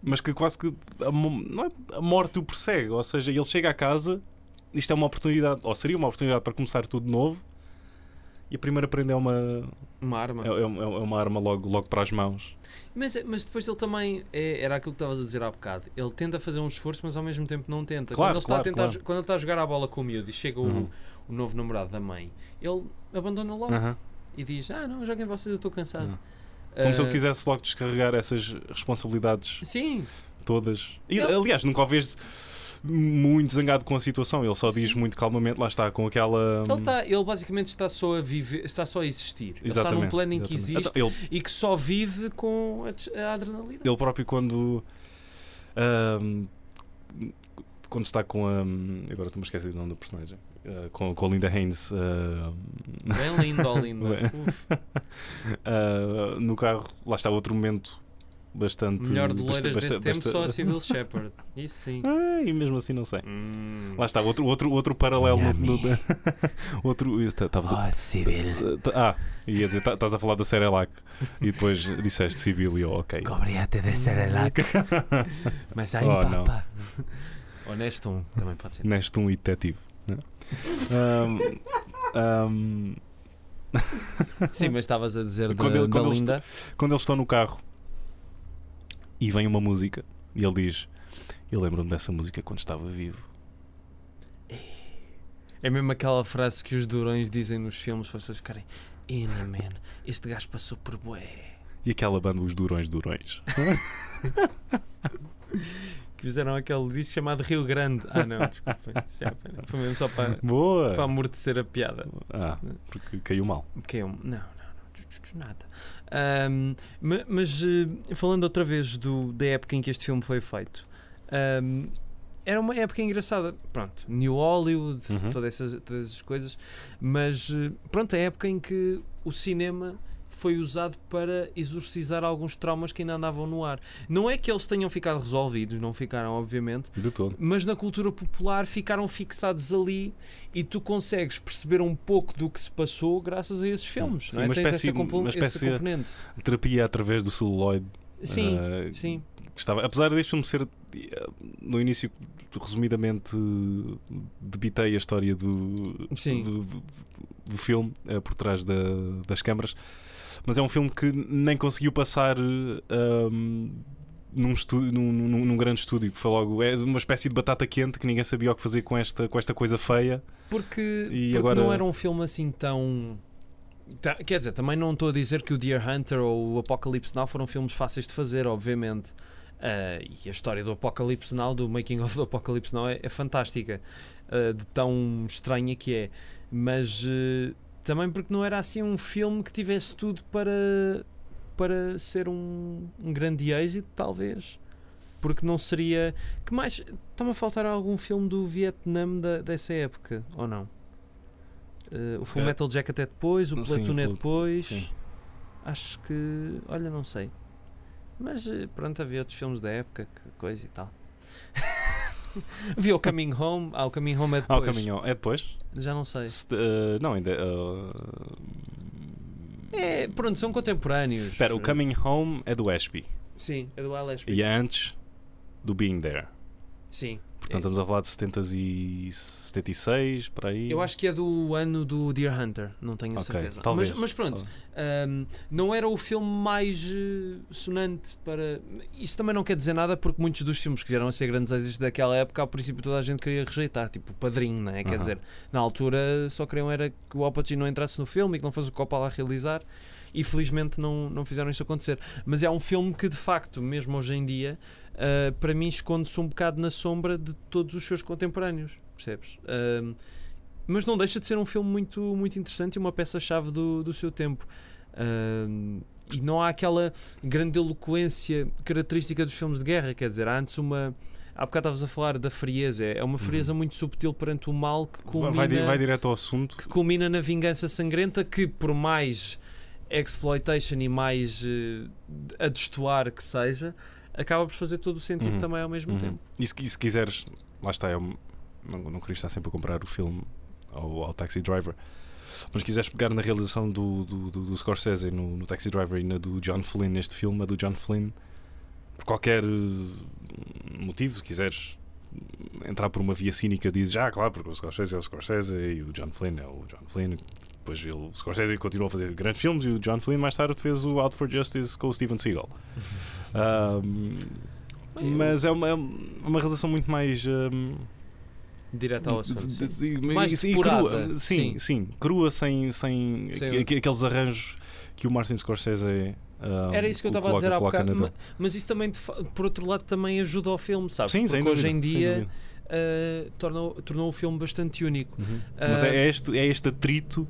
Speaker 3: Mas que quase que. A, mo- não é- a morte o persegue, ou seja, ele chega à casa, isto é uma oportunidade, ou seria uma oportunidade para começar tudo de novo. E a primeira prenda é uma,
Speaker 4: Uma arma.
Speaker 3: é, é uma- é uma arma logo, logo para as mãos.
Speaker 4: Mas, mas depois ele também. é- era aquilo que estavas a dizer há bocado. Ele tenta fazer um esforço, mas ao mesmo tempo não tenta.
Speaker 3: Claro,
Speaker 4: quando, ele está a
Speaker 3: claro,
Speaker 4: tentar,
Speaker 3: claro.
Speaker 4: quando ele está a jogar a bola com o miúdo e chega o-
Speaker 3: Uhum.
Speaker 4: o, novo namorado da mãe, ele abandona logo
Speaker 3: Aham.
Speaker 4: e diz: Ah, não, joguem vocês, eu estou cansado.
Speaker 3: Não. Hum. Como se
Speaker 4: Ah,
Speaker 3: ele quisesse logo descarregar essas responsabilidades
Speaker 4: Sim,
Speaker 3: todas. E,
Speaker 4: Ele-
Speaker 3: aliás, nunca o vês muito zangado com a situação. Ele só diz muito calmamente, lá está, com aquela.
Speaker 4: Ele, tá, ele basicamente está só a viver, está só a existir. Ele está num
Speaker 3: Exatamente,
Speaker 4: plano em que
Speaker 3: exatamente.
Speaker 4: existe
Speaker 3: Então, ele,
Speaker 4: e que só vive com a, des- a adrenalina.
Speaker 3: ele próprio quando ahm, quando está com a agora estou-me a esquecer do nome do personagem ah, com, com a Linda Haynes ah,
Speaker 4: Bem lindo, ó lindo.
Speaker 3: Bem.
Speaker 4: Uf,
Speaker 3: ah, no carro lá está outro momento bastante
Speaker 4: melhor de loiras
Speaker 3: bastante-
Speaker 4: desse
Speaker 3: bastante-
Speaker 4: tempo
Speaker 3: basta-
Speaker 4: só a Sybil Shepherd. Isso sim.
Speaker 3: Ah, e mesmo assim não sei
Speaker 4: Hum.
Speaker 3: lá está outro outro outro paralelo no- no- outro isso, tá- estavas a-
Speaker 1: Sibyl,
Speaker 3: tá- ah ia dizer tá- estás a falar da Serelac e depois disseste civil e eu, ok
Speaker 1: cobríate de Cerelac. Mas há
Speaker 3: Hum. Oh, não.
Speaker 1: papa.
Speaker 4: Honesto um, também pode ser.
Speaker 3: neste um detetive né? Ahm, ahm,
Speaker 4: Sim, mas estavas a dizer
Speaker 3: Quando
Speaker 4: da,
Speaker 3: ele-
Speaker 4: da
Speaker 3: quando ele
Speaker 4: linda.
Speaker 3: quando eles estão no carro e vem uma música e ele diz: Eu lembro-me dessa música quando estava vivo.
Speaker 4: É mesmo aquela frase que os durões dizem nos filmes para as pessoas ficarem. Ina, man, este gajo passou por bué.
Speaker 3: E aquela banda, os Durões Durões.
Speaker 4: Que fizeram aquele disco chamado Rio Grande. Ah, não, desculpem. Isso é apenas- Foi mesmo só para,
Speaker 3: Boa!
Speaker 4: para amortecer a piada.
Speaker 3: Ah, porque caiu mal.
Speaker 4: Que é um- Não, não, não, tch, tch, tch, nada. Ahm, ma- mas eh, falando outra vez do, da época em que este filme foi feito, ahm, era uma época engraçada. Pronto, New Hollywood,
Speaker 3: Uhum.
Speaker 4: todas, essas, todas essas coisas, mas eh, pronto, a época em que o cinema foi usado para exorcizar alguns traumas que ainda andavam no ar. Não é que eles tenham ficado resolvidos, não ficaram, obviamente
Speaker 3: De todo.
Speaker 4: mas na cultura popular ficaram fixados ali e tu consegues perceber um pouco do que se passou graças a esses filmes.
Speaker 3: Sim,
Speaker 4: não é?
Speaker 3: uma
Speaker 4: Tens
Speaker 3: espécie-
Speaker 4: essa compo-
Speaker 3: uma
Speaker 4: esse
Speaker 3: espécie-
Speaker 4: componente.
Speaker 3: Terapia através do celuloide.
Speaker 4: Sim,
Speaker 3: ah,
Speaker 4: sim.
Speaker 3: que estava- apesar deste filme ser, eh, no início, resumidamente, eh, debitei a história do,
Speaker 4: Sim.
Speaker 3: do, do- do filme eh, por trás da- das câmaras, mas é um filme que nem conseguiu passar eh, ahm, num, estúdio, num, num- num grande estúdio, que foi logo é uma espécie de batata quente que ninguém sabia o que fazer com esta, com esta coisa feia.
Speaker 4: Porque,
Speaker 3: E
Speaker 4: porque
Speaker 3: agora-
Speaker 4: não era um filme assim tão. tá- Quer dizer, também não estou a dizer que o Deer Hunter ou o Apocalypse Now foram filmes fáceis de fazer, obviamente. Ah, e a história do Apocalypse Now, do Making of do Apocalypse Now, é, é fantástica. ah, de tão estranha que é. Mas eh, também porque não era assim um filme que tivesse tudo para, para ser um, um grande êxito, talvez. Porque não seria. Que mais? Está-me a faltar algum filme do Vietnã da- dessa época, ou não? Eh, o Full
Speaker 3: É.
Speaker 4: Metal Jacket é depois, o
Speaker 3: Sim,
Speaker 4: Platoon é
Speaker 3: Platoon,
Speaker 4: depois.
Speaker 3: sim.
Speaker 4: Acho que. Olha, não sei. Mas eh, pronto, havia outros filmes da época, que coisa e tal. havia o Coming Home. Ah, o Coming Home é
Speaker 3: Ah,
Speaker 4: depois.
Speaker 3: o caminhão. É depois?
Speaker 4: Já não sei.
Speaker 3: Se- eh, não, ainda. eh,
Speaker 4: É, pronto, são contemporâneos.
Speaker 3: Espera, o Coming Home é do Ashby
Speaker 4: Sim, é do LSP.
Speaker 3: e é antes do Being There.
Speaker 4: Sim.
Speaker 3: Portanto, estamos a falar de 70 e 76, para aí.
Speaker 4: Eu acho que é do ano do Deer Hunter, não tenho a
Speaker 3: Ok,
Speaker 4: certeza.
Speaker 3: talvez.
Speaker 4: Mas, mas pronto, ahm, não era o filme mais eh, sonante para. Isso também não quer dizer nada, porque muitos dos filmes que vieram a ser grandes êxitos daquela época, ao princípio toda a gente queria rejeitar, tipo o Padrinho, não é? Quer
Speaker 3: Aham.
Speaker 4: dizer, na altura só queriam era que o Al Pacino não entrasse no filme e que não fosse o Coppola a realizar, e felizmente não, não fizeram isso acontecer. Mas é um filme que, de facto, mesmo hoje em dia, ah, para mim esconde-se um bocado na sombra de todos os seus contemporâneos, percebes? Ahm, mas não deixa de ser um filme muito, muito interessante e uma peça-chave do, do seu tempo. Ahm, e não há aquela grande eloquência característica dos filmes de guerra, quer dizer, há antes uma. Há bocado estavas a falar da frieza, é uma frieza muito subtil perante o mal que culmina,
Speaker 3: Uhum. vai, di- vai direto ao assunto.
Speaker 4: que culmina na vingança sangrenta, que por mais exploitation e mais eh, a destoar que seja, acaba por fazer todo o sentido
Speaker 3: Uhum.
Speaker 4: também ao mesmo
Speaker 3: Uhum.
Speaker 4: tempo.
Speaker 3: E, se, e se quiseres, lá está, eu não, não queria estar sempre a comprar o filme ao, ao Taxi Driver. Mas se quiseres pegar na realização do, do, do, do Scorsese no, no Taxi Driver e na do John Flynn neste filme, a do John Flynn, por qualquer eh, motivo, se quiseres entrar por uma via cínica, dizes, ah, claro, porque o Scorsese é o Scorsese e o John Flynn é o John Flynn. Depois ele, o Scorsese continuou a fazer grandes filmes e o John Flynn mais tarde fez o Out for Justice com o Steven Seagal. Ahm, mas é uma, é uma relação muito mais. hum,
Speaker 4: Direto ao
Speaker 3: de-
Speaker 4: assunto.
Speaker 3: de-
Speaker 4: sim.
Speaker 3: de-
Speaker 4: Mais
Speaker 3: e- e
Speaker 4: depurada,
Speaker 3: crua. Sim,
Speaker 4: sim.
Speaker 3: sim, crua, sem, sem
Speaker 4: Sem-
Speaker 3: aqu- aqu- aqueles arranjos que o Martin Scorsese. hum,
Speaker 4: Era isso que eu estava a
Speaker 3: coloca-
Speaker 4: dizer há
Speaker 3: coloca
Speaker 4: bocado.
Speaker 3: na-
Speaker 4: ma- Mas isso também, de fa- por outro lado, também ajuda ao filme, sabes?
Speaker 3: Sim,
Speaker 4: Porque
Speaker 3: sem
Speaker 4: hoje
Speaker 3: dúvida,
Speaker 4: em
Speaker 3: sem
Speaker 4: dia
Speaker 3: dúvida.
Speaker 4: uh, tornou, tornou o filme bastante único. Eh,
Speaker 3: Uhum. Mas
Speaker 4: Ah,
Speaker 3: é este, é este atrito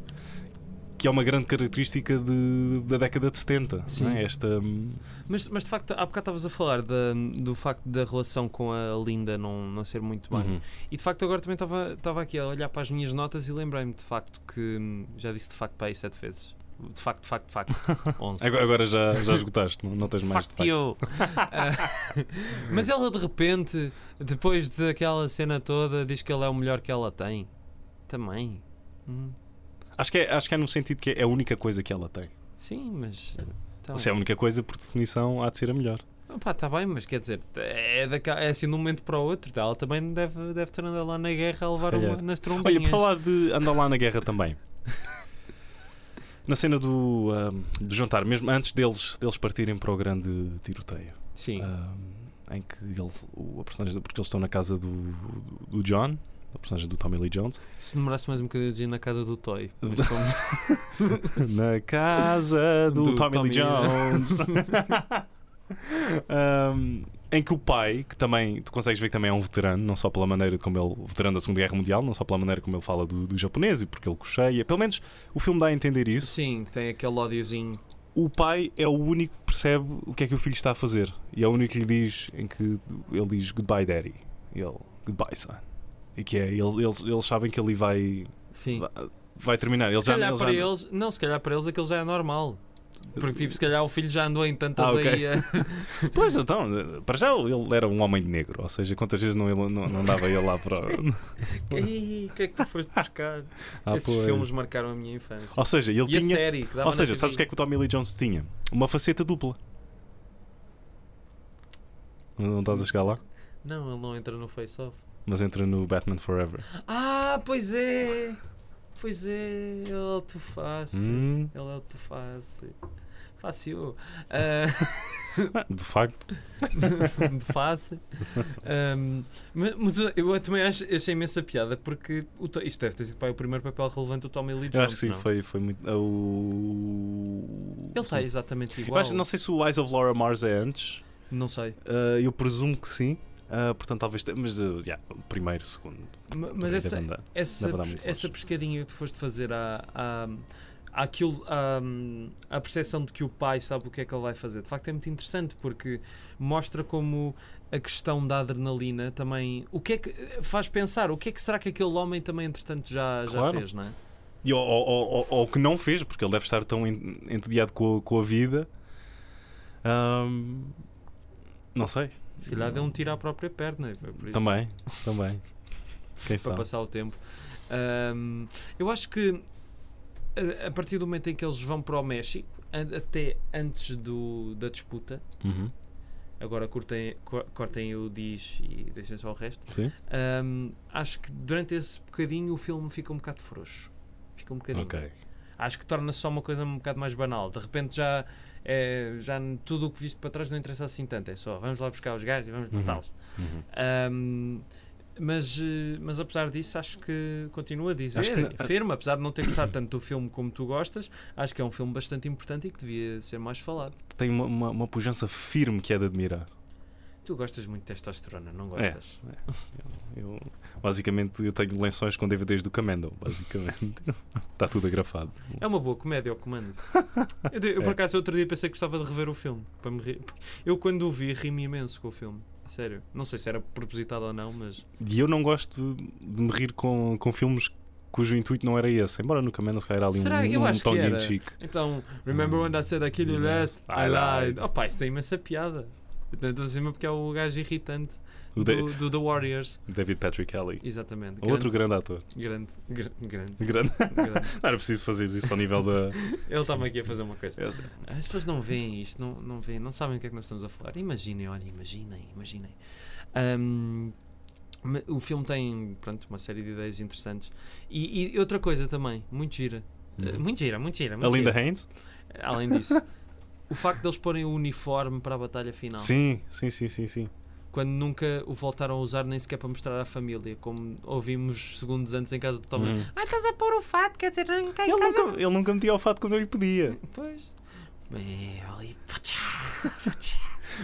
Speaker 3: que é uma grande característica de- da década de 70.
Speaker 4: Sim.
Speaker 3: não é? Esta, hum,
Speaker 4: Mas, mas de facto, há bocado estavas a falar da- do facto da relação com a Linda não, não ser muito bem.
Speaker 3: uhum.
Speaker 4: E de facto, agora também estava estava aqui a olhar para as minhas notas e lembrei-me de facto que hum, já disse de facto para aí sete vezes. De facto, de facto, de facto. 11.
Speaker 3: Agora, agora já, já esgotaste, não, não tens mais de
Speaker 4: Fuck
Speaker 3: facto.
Speaker 4: you. Ah, mas ela de repente, depois daquela cena toda, diz que ele é o melhor que ela tem. Também. Hum,
Speaker 3: Acho que, é, acho que é no sentido que é a única coisa que ela tem.
Speaker 4: Sim, mas. Tá
Speaker 3: Se é a única coisa, por definição, há de ser a melhor.
Speaker 4: Pá, tá bem, mas quer dizer, é, daca- é assim de um momento para o outro. tá? Ela também deve, deve ter andado lá na guerra a levar uma,
Speaker 3: calhar.
Speaker 4: nas
Speaker 3: Olha,
Speaker 4: trombinhas.
Speaker 3: por falar de andar lá na guerra também. Na cena do, ahm, do jantar, mesmo antes deles, deles partirem para o grande tiroteio,
Speaker 4: Sim.
Speaker 3: ahm, em que ele, o, a personagem, do- porque eles estão na casa do, do, do John, a personagem do Tommy Lee Jones,
Speaker 4: Se demorasse mais um bocadinho de ir na casa do Toy. Mas como-
Speaker 3: na casa do,
Speaker 4: Do
Speaker 3: Tommy, Lee
Speaker 4: Tommy.
Speaker 3: Jones, Ahm, em que o pai, que também tu consegues ver que também é um veterano, não só pela maneira de como ele, veterano da Segunda Guerra Mundial, não só pela maneira como ele fala do, do japonês e porque ele cocheia, pelo menos o filme dá a entender isso.
Speaker 4: Sim, tem aquele ódiozinho.
Speaker 3: o pai é o único que percebe o que é que o filho está a fazer. E é o único que lhe diz em que ele diz goodbye daddy. E ele, goodbye son. E que é, ele- eles, eles sabem que ele vai,
Speaker 4: Sim.
Speaker 3: vai terminar. Ele
Speaker 4: se
Speaker 3: já,
Speaker 4: calhar
Speaker 3: ele já-
Speaker 4: para eles, não, se calhar para eles aquilo já é normal. Porque tipo, se calhar o filho já andou em tantas
Speaker 3: Ah, ok.
Speaker 4: aí a...
Speaker 3: Pois então, para já ele era um homem de negro, ou seja, quantas vezes não, ele- não, não dava ele lá para.
Speaker 4: Ih, o que é que tu foste buscar?
Speaker 3: Ah,
Speaker 4: Esses
Speaker 3: pois.
Speaker 4: filmes marcaram a minha infância.
Speaker 3: Ou seja, ele
Speaker 4: e a
Speaker 3: tinha.
Speaker 4: série que dava
Speaker 3: Ou seja, sabes o que é que o Tommy Lee Jones tinha? Uma faceta dupla. Não não estás a chegar lá?
Speaker 4: Não, ele não entra no Face Off.
Speaker 3: Mas entra no Batman Forever.
Speaker 4: Ah, pois é! Pois é, ele é o tu face.
Speaker 3: Hum,
Speaker 4: Ele é o tu face. Fácil. Ah,
Speaker 3: de facto.
Speaker 4: de face. Ahm, mas- mas eu também acho, achei imensa piada porque o To- isto deve ter sido pá, o primeiro papel relevante do Tommy Lee Jones.
Speaker 3: Eu acho que sim,
Speaker 4: não?
Speaker 3: foi, foi muito. é O...
Speaker 4: Ele tá está
Speaker 3: Sim.
Speaker 4: exatamente
Speaker 3: Eu
Speaker 4: igual.
Speaker 3: acho- não sei se o Eyes of Laura Mars é antes.
Speaker 4: Não sei.
Speaker 3: Ah, eu presumo que sim. Ah, portanto, talvez. te- Mas, ah, yeah, primeiro, segundo.
Speaker 4: Ma-
Speaker 3: também
Speaker 4: Mas é- essa,
Speaker 3: deve é andar.
Speaker 4: essa,
Speaker 3: Deve dar
Speaker 4: pes-
Speaker 3: muito
Speaker 4: essa
Speaker 3: longe.
Speaker 4: pescadinha que tu foste fazer à, à, àquilo, à, à percepção de que o pai sabe o que é que ele vai fazer, de facto é muito interessante porque mostra como a questão da adrenalina também o que é que faz pensar o que é que será que aquele homem também entretanto já, já
Speaker 3: Claro.
Speaker 4: fez, não é?
Speaker 3: E, ou, ou- ou- ou- ou que não fez, porque ele deve estar tão en- entediado com a, com a vida. Ahm, não sei.
Speaker 4: Se calhar deu um tiro à própria perna. e foi por isso.
Speaker 3: Também, também. Quem
Speaker 4: para
Speaker 3: sabe?
Speaker 4: passar o tempo. Ahm, eu acho que a, a partir do momento em que eles vão para o México, an- até antes do, da disputa,
Speaker 3: Uhum,
Speaker 4: agora cortem, co- cortem o diz e deixem só o resto.
Speaker 3: Sim.
Speaker 4: ahm, acho que durante esse bocadinho o filme fica um bocado frouxo. Fica um bocadinho.
Speaker 3: Ok.
Speaker 4: Acho que torna-se só uma coisa um bocado mais banal. De repente já, é, já n- tudo o que viste para trás não interessa assim tanto. É só vamos lá buscar os gajos e vamos
Speaker 3: Uhum.
Speaker 4: matá-los.
Speaker 3: Uhum.
Speaker 4: Ahm, mas, eh, mas apesar disso, acho que continua a dizer,
Speaker 3: Acho que ah. na-
Speaker 4: firme, apesar de não ter gostado tanto do filme como tu gostas, acho que é um filme bastante importante e que devia ser mais falado.
Speaker 3: Tem uma, uma, uma pujança firme que é de admirar.
Speaker 4: Tu gostas muito de testosterona, não
Speaker 3: É.
Speaker 4: gostas?
Speaker 3: Eu, basicamente, eu tenho lençóis com DVDs do Camendo, basicamente. Está tudo agrafado.
Speaker 4: É, uma boa comédia, ao comando. Eu, de- eu, por
Speaker 3: É.
Speaker 4: acaso outro dia pensei que gostava de rever o filme. Para me rir. Porque Eu quando o vi ri-me imenso com o filme. Sério. Não sei se era propositado ou não, mas
Speaker 3: E eu não gosto de me rir com, com filmes cujo intuito não era esse. Embora no Camendo se calhar ali
Speaker 4: Será?
Speaker 3: um,
Speaker 4: Eu
Speaker 3: um
Speaker 4: acho que
Speaker 3: tongue
Speaker 4: era.
Speaker 3: in cheek.
Speaker 4: Então,
Speaker 3: Hum.
Speaker 4: remember when I said I killed you last? I lied. Opa, isso tem imensa piada. Então, Estou a dizer mesmo porque é o gajo irritante
Speaker 3: O
Speaker 4: do,
Speaker 3: Da-
Speaker 4: do The Warriors.
Speaker 3: David Patrick Kelly. Um
Speaker 4: Exatamente.
Speaker 3: Outro grande ator.
Speaker 4: Grande, grande, grande,
Speaker 3: Grande.
Speaker 4: grande.
Speaker 3: Não era preciso fazer isso ao nível da.
Speaker 4: Ele estava aqui a fazer uma coisa. Ah,
Speaker 3: Eu sei.
Speaker 4: As pessoas não veem isto, não, não veem, não sabem o que é que nós estamos a falar. Imaginem, olha, imaginem, imaginem. Ahm, ma- o filme tem, pronto, uma série de ideias interessantes. E, e outra coisa também, muito gira. Eh,
Speaker 3: Uhum.
Speaker 4: Muito gira, muito gira.
Speaker 3: A
Speaker 4: Muito
Speaker 3: Linda
Speaker 4: gira.
Speaker 3: Haynes?
Speaker 4: Além disso, o facto de eles porem o uniforme para a batalha final,
Speaker 3: Sim, sim, sim, sim, sim.
Speaker 4: quando nunca o voltaram a usar nem sequer para mostrar à família, como ouvimos segundos antes em casa do Tommy.
Speaker 3: Uhum.
Speaker 4: Ah, estás a pôr o fato, quer dizer, não em
Speaker 3: Ele
Speaker 4: casa.
Speaker 3: nunca, ele nunca metia o fato quando eu lhe pedia.
Speaker 4: Pois. É,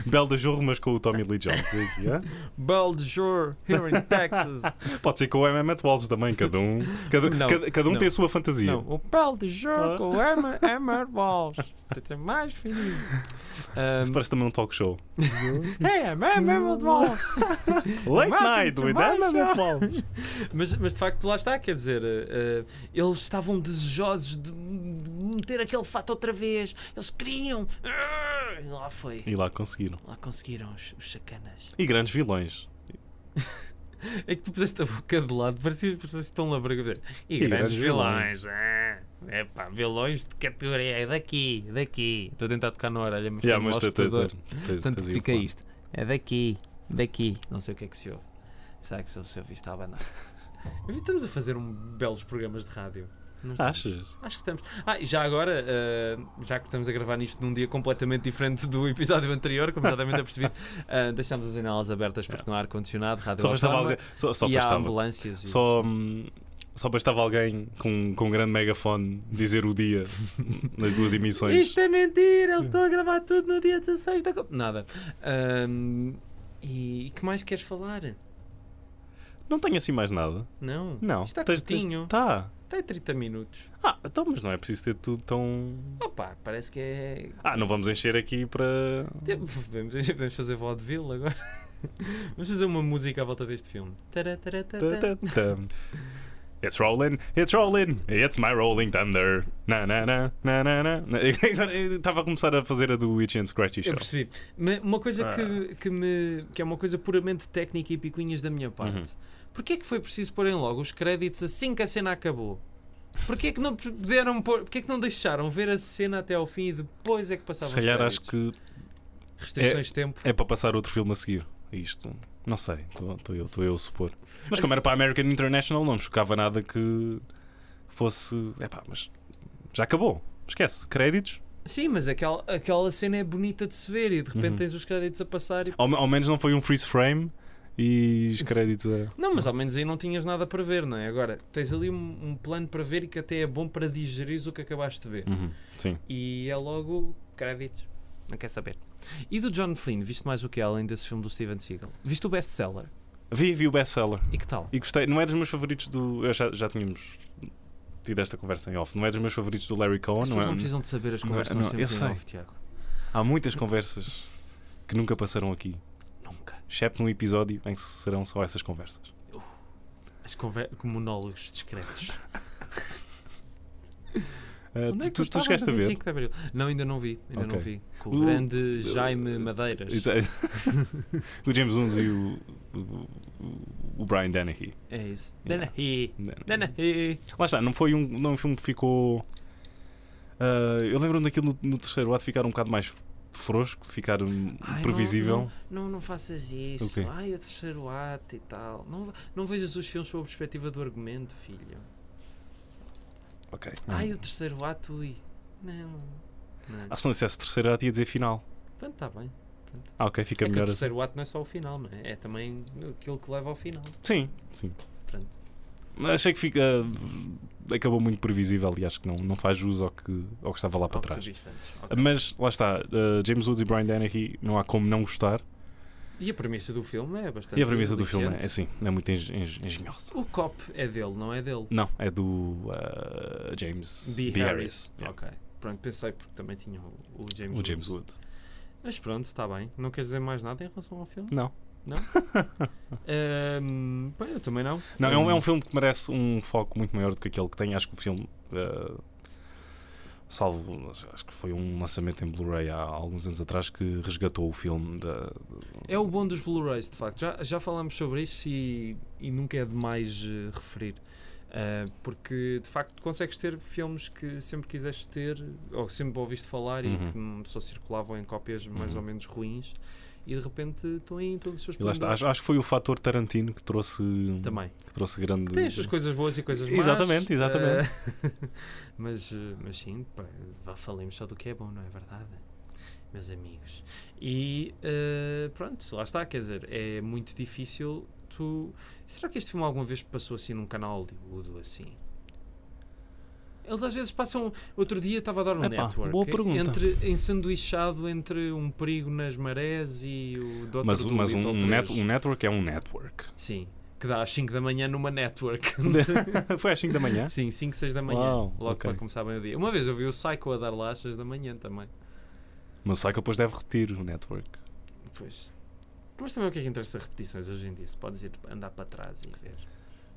Speaker 3: Bel da Jorro, mas com o Tommy Lee Jones. é Yeah?
Speaker 4: Belgior, here in Texas.
Speaker 3: Pode ser com o M. Matt Walsh também, cada um. Cada,
Speaker 4: Não,
Speaker 3: cada, cada um
Speaker 4: não.
Speaker 3: tem a sua fantasia.
Speaker 4: Não, um- o Belgior com o Emma, Emma Walsh. Tem de ser mais fininho.
Speaker 3: Isso
Speaker 4: Um,
Speaker 3: parece também um talk show.
Speaker 4: é, Emma, Emma Walsh.
Speaker 3: Late
Speaker 4: Welcome
Speaker 3: Night
Speaker 4: to
Speaker 3: with
Speaker 4: my
Speaker 3: Emma
Speaker 4: show.
Speaker 3: Matt Walsh.
Speaker 4: Mas, mas de facto, lá está, quer dizer, eh, eh, eles estavam desejosos de, de meter aquele fato outra vez. Eles queriam. Ah, e lá foi.
Speaker 3: E lá conseguiram.
Speaker 4: Lá conseguiram os, os sacanas.
Speaker 3: E grandes vilões.
Speaker 4: É que tu puseste a boca de lado, parecia que estão lá para E,
Speaker 3: grandes
Speaker 4: grandes vilões. ah, É pá, vilões de categoria. É daqui, daqui. Estou a tentar tocar na orelha, mas
Speaker 3: Yeah,
Speaker 4: tenho
Speaker 3: mas
Speaker 4: lá o
Speaker 3: tu- tu-
Speaker 4: escutador.
Speaker 3: tu- tens-
Speaker 4: é Portanto,
Speaker 3: tens aí o
Speaker 4: fica
Speaker 3: fone.
Speaker 4: isto. É daqui, daqui. Não sei o que é que se ouve. Será que se ouve se ouve isto a abanar? Eu vi que Estamos a fazer um belos programas de rádio. Não estamos?
Speaker 3: Achas?
Speaker 4: Acho que estamos. Ah, e já agora, eh, já que estamos a gravar nisto num dia completamente diferente do episódio anterior, como já devem ter percebido, eh, deixámos as janelas abertas porque não há ar-condicionado, rádio
Speaker 3: Só bastava
Speaker 4: autónoma
Speaker 3: alguém. Só, só
Speaker 4: e há
Speaker 3: bastava.
Speaker 4: ambulâncias. e
Speaker 3: Só,
Speaker 4: assim.
Speaker 3: hum, só bastava alguém com, com um grande megafone dizer o dia nas duas emissões.
Speaker 4: Isto é mentira, eles estão a gravar tudo no dia 16 da... co- Nada. Ahm, e, e que mais queres falar? é-
Speaker 3: Não tenho assim mais nada. Tá.
Speaker 4: Não?
Speaker 3: Não.
Speaker 4: Isto está curtinho.
Speaker 3: Está.
Speaker 4: Tem 30 minutos.
Speaker 3: Ah, então, mas não é preciso ter tudo tão.
Speaker 4: Opa, parece que é.
Speaker 3: Ah, não vamos encher aqui para.
Speaker 4: Tem- Podemos, podemos fazer vaudeville agora. Vamos fazer uma música à volta deste filme. Tararatata.
Speaker 3: Tum. It's rolling, it's rolling, it's my rolling thunder. Na na na na na na. na. Agora, eu Estava a começar a fazer a do Itchy and Scratchy
Speaker 4: Eu
Speaker 3: Show.
Speaker 4: percebi. Ma- Uma coisa
Speaker 3: Ah.
Speaker 4: que, que, me, que é uma coisa puramente técnica e picuinhas da
Speaker 3: Uhum.
Speaker 4: minha parte. Porquê é que foi preciso porem logo os créditos assim que a cena acabou? Porquê é que não puderam pôr, porquê é que não deixaram ver a cena até ao fim e depois é que passavam
Speaker 3: Se
Speaker 4: os
Speaker 3: calhar acho
Speaker 4: créditos?
Speaker 3: que
Speaker 4: Restrições de tempo.
Speaker 3: é para passar outro filme a seguir. Isto, não sei, estou eu, tô eu a supor. Mas como era para a American International, não me chocava nada que fosse. Epá, mas já acabou. Esquece, créditos.
Speaker 4: Sim, mas aquela, aquela cena é bonita de se ver e de repente
Speaker 3: Uhum.
Speaker 4: tens os créditos a passar e
Speaker 3: Ao, ao menos não foi um freeze frame e os créditos a.
Speaker 4: Não, mas ao menos aí não tinhas nada para ver, não é? Agora, tens ali um, um plano para ver e que até é bom para digerir o que acabaste de ver.
Speaker 3: Uhum, Sim.
Speaker 4: E é logo créditos. Não quer saber. E do John Flynn, viste mais o que além desse filme do Steven Seagal? Viste o best-seller?
Speaker 3: Vi, vi o bestseller.
Speaker 4: E que tal?
Speaker 3: E gostei, não é dos meus favoritos do. Eu já, já tínhamos tido esta conversa em off. Não é dos meus favoritos do Larry Cohen,
Speaker 4: As
Speaker 3: não
Speaker 4: pessoas
Speaker 3: é?
Speaker 4: não precisam de saber as
Speaker 3: não é-
Speaker 4: conversas que nós
Speaker 3: não,
Speaker 4: temos
Speaker 3: eu
Speaker 4: em
Speaker 3: sei.
Speaker 4: off, Tiago.
Speaker 3: Há muitas conversas que nunca passaram aqui,
Speaker 4: Nunca.
Speaker 3: excepto num episódio em que serão só essas conversas.
Speaker 4: As conver- monólogos discretos.
Speaker 3: Ah,
Speaker 4: Onde é que
Speaker 3: tu,
Speaker 4: tu,
Speaker 3: tu, chegaste a
Speaker 4: estavas no
Speaker 3: ver?
Speaker 4: 25 de Abril? Não, ainda não vi. Ainda não
Speaker 3: Ok.
Speaker 4: vi. Com
Speaker 3: O-
Speaker 4: o grande Jaime Madeiras.
Speaker 3: Exato. o James Woods e o, o, o Brian Dennehy.
Speaker 4: É isso.
Speaker 3: Yeah.
Speaker 4: Danahy.
Speaker 3: Dennehy.
Speaker 4: Danahy.
Speaker 3: Lá está, não foi um, não é um filme que ficou. ah, eu lembro-me daquilo no, no terceiro ato ficar um bocado mais frouxo, ficar hum,
Speaker 4: Ai, não,
Speaker 3: previsível.
Speaker 4: Não, não faças isso.
Speaker 3: O quê?
Speaker 4: Ai, o terceiro ato e tal. Não, não vejas os filmes sob a perspectiva do argumento, filho.
Speaker 3: Ok.
Speaker 4: Ai, o terceiro ato, ui. Não. não.
Speaker 3: Ah, se não dissesse terceiro ato ia dizer final.
Speaker 4: Pronto, está bem.
Speaker 3: Ah, ok, fica
Speaker 4: é que o
Speaker 3: melhor assim.
Speaker 4: terceiro ato não é só o final, não é? É também aquilo que leva ao final.
Speaker 3: Sim, sim.
Speaker 4: Pronto.
Speaker 3: Mas Achei que fica. eh, acabou muito previsível e acho que não, não faz jus ao que, ao que estava lá para
Speaker 4: Ao que tu
Speaker 3: trás.
Speaker 4: viste antes. Ok.
Speaker 3: Mas lá está, eh, James Woods e Brian Dennehy não há como não gostar.
Speaker 4: E a premissa do filme é bastante.
Speaker 3: e a premissa do filme é
Speaker 4: aliciente.
Speaker 3: assim, é muito eng- eng- engenhosa.
Speaker 4: O cop é dele, não é dele.
Speaker 3: Não, é do eh, James
Speaker 4: B.
Speaker 3: B. Harris. Yeah.
Speaker 4: Ok. Pronto, pensei porque também tinha o, o James
Speaker 3: O James
Speaker 4: Woods.
Speaker 3: Woods.
Speaker 4: Mas pronto, está bem. Não queres dizer mais nada em relação ao filme?
Speaker 3: Não.
Speaker 4: Ahm, bem, eu também não.
Speaker 3: Não, é um, é um filme que merece um foco muito maior do que aquele que tem. Acho que o filme. eh, Salvo, acho que foi um lançamento em Blu-ray há alguns anos atrás que resgatou o filme da,
Speaker 4: É o bom dos Blu-rays, de facto. Já, já falámos sobre isso e, e nunca é demais eh, referir. Ah, porque de facto consegues ter filmes que sempre quiseste ter ou sempre ouviste falar e
Speaker 3: Uhum.
Speaker 4: que hum, só circulavam em cópias mais
Speaker 3: Uhum.
Speaker 4: ou menos ruins e de repente estão aí em todos os seus
Speaker 3: E lá está. Acho, acho que foi o fator Tarantino que trouxe,
Speaker 4: Hum. também.
Speaker 3: que trouxe grande.
Speaker 4: Tem as suas coisas boas e coisas más.
Speaker 3: Exatamente, exatamente.
Speaker 4: eh, mas, eh, mas sim, pá, vá, falemos só do que é bom, não é verdade? Meus amigos. E eh, pronto, lá está, quer dizer, é muito difícil tu. Será que este filme alguma vez passou assim num canal Hollywood ou assim? Eles às vezes passam. Outro dia estava a dar um
Speaker 3: Epá,
Speaker 4: network.
Speaker 3: boa pergunta.
Speaker 4: Entre, ensanduichado entre um perigo nas marés e o Dr.
Speaker 3: Mas,
Speaker 4: do
Speaker 3: mas um,
Speaker 4: Little
Speaker 3: um
Speaker 4: Três.
Speaker 3: net- um network é um network.
Speaker 4: Sim, que dá às 5 da manhã numa network.
Speaker 3: Foi às 5 da manhã?
Speaker 4: Sim, 5, 6 da manhã.
Speaker 3: Uau,
Speaker 4: logo
Speaker 3: ok.
Speaker 4: para começar bem o dia. Uma vez eu vi o Psycho a dar lá às 6 da manhã também.
Speaker 3: Mas só que depois deve repetir o network.
Speaker 4: Pois. Mas também o que é que interessa repetições hoje em dia? Se podes ir andar para trás e ver.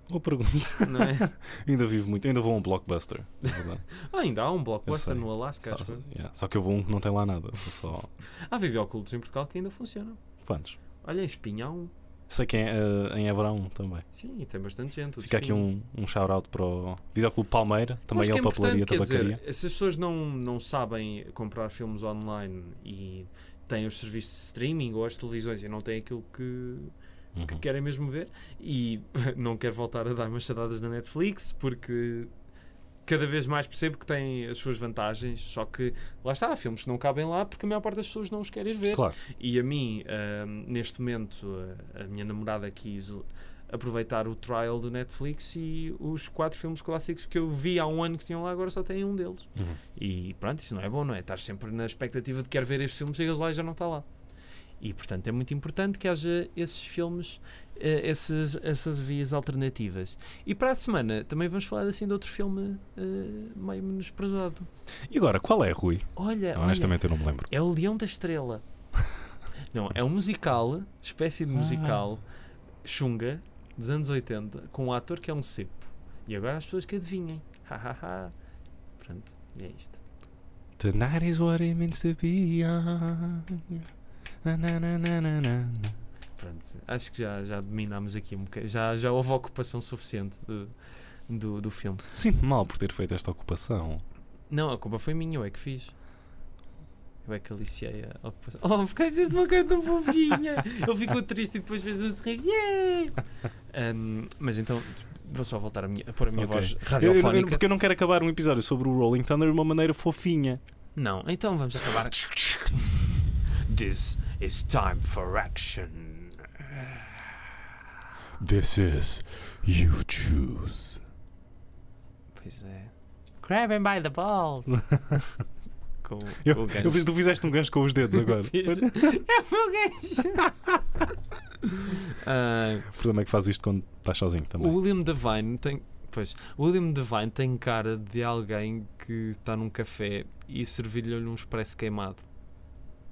Speaker 3: Boa pergunta.
Speaker 4: Não é?
Speaker 3: Ainda vivo muito, ainda vou a um blockbuster. na verdade.
Speaker 4: Ah, ainda há um blockbuster
Speaker 3: Eu sei.
Speaker 4: no Alasca, acho
Speaker 3: só,
Speaker 4: eu.
Speaker 3: yeah. Só que eu vou a um que não tem lá nada. Vou Só.
Speaker 4: Há videoclubes em Portugal que ainda funcionam.
Speaker 3: Quantos?
Speaker 4: Olha, em Espinho há um.
Speaker 3: Sei que é, eh, em Évora há um também.
Speaker 4: Sim, e tem bastante gente. o de
Speaker 3: Fica aqui
Speaker 4: Espinho.
Speaker 3: um, um shout-out para o Videoclube Palmeira, também
Speaker 4: Acho
Speaker 3: ele
Speaker 4: que é
Speaker 3: papelaria
Speaker 4: importante, quer
Speaker 3: tabacaria.
Speaker 4: dizer, se as pessoas não, não sabem comprar filmes online e têm os serviços de streaming ou as televisões e não têm aquilo que,
Speaker 3: Uhum.
Speaker 4: que querem mesmo ver, e não quero voltar a dar machadadas na Netflix porque cada vez mais percebo que tem as suas vantagens, só que lá está, há filmes que não cabem lá porque a maior parte das pessoas não os querem ver.
Speaker 3: Claro.
Speaker 4: E a mim, ahm, neste momento, eh, a, a minha namorada quis o- aproveitar o trial do Netflix e os quatro filmes clássicos que eu vi há um ano que tinham lá, agora só tem um deles.
Speaker 3: Uhum.
Speaker 4: E pronto, isso não é bom, não é? Estás sempre na expectativa de quero ver este filme, chegas lá e já não está lá. E portanto é muito importante que haja esses filmes, eh, essas, essas vias alternativas. E para a semana também vamos falar assim de outro filme eh, meio menosprezado.
Speaker 3: E agora, qual é, Rui?
Speaker 4: Olha, olha,
Speaker 3: Honestamente, eu não me lembro.
Speaker 4: é o Leão da Estrela. Não, é um musical, espécie de musical, chunga, dos anos 80, com um ator que é um cepo. E agora as pessoas que adivinhem. Ha, ha, ha. Pronto, e é isto.
Speaker 3: Tonight is what it means to be young. Na, na, na, na, na, na.
Speaker 4: Pronto, acho que já, já dominámos aqui um bocadinho. Já, já houve ocupação suficiente do, do, do filme.
Speaker 3: Sinto-me mal por ter feito esta ocupação.
Speaker 4: Não, a culpa foi minha, eu é que fiz. Eu é que aliciei a ocupação. Oh, porque fez de uma cara tão fofinha. Ele ficou triste e depois fez um sorriso. Yeah! Ahm, mas então, vou só voltar a, minha, a pôr a minha
Speaker 3: Ok.
Speaker 4: voz
Speaker 3: Eu- eu- eu-
Speaker 4: radiofónica.
Speaker 3: porque eu não quero acabar um episódio sobre o Rolling Thunder de uma maneira fofinha.
Speaker 4: Não, então vamos acabar. This is time for action.
Speaker 3: This is You Choose.
Speaker 4: Pois é. Grab him by the balls.
Speaker 3: Hum.
Speaker 4: com, com
Speaker 3: Eu,
Speaker 4: o
Speaker 3: eu
Speaker 4: gancho.
Speaker 3: fiz- tu fizeste um gancho com os dedos agora.
Speaker 4: Fiz-
Speaker 3: o
Speaker 4: é o meu gancho. Ah,
Speaker 3: problema é que fazes isto quando estás sozinho
Speaker 4: O
Speaker 3: também.
Speaker 4: William Devine tem. Pois, o William Devine tem cara de alguém que está num café e servir-lhe um expresso queimado.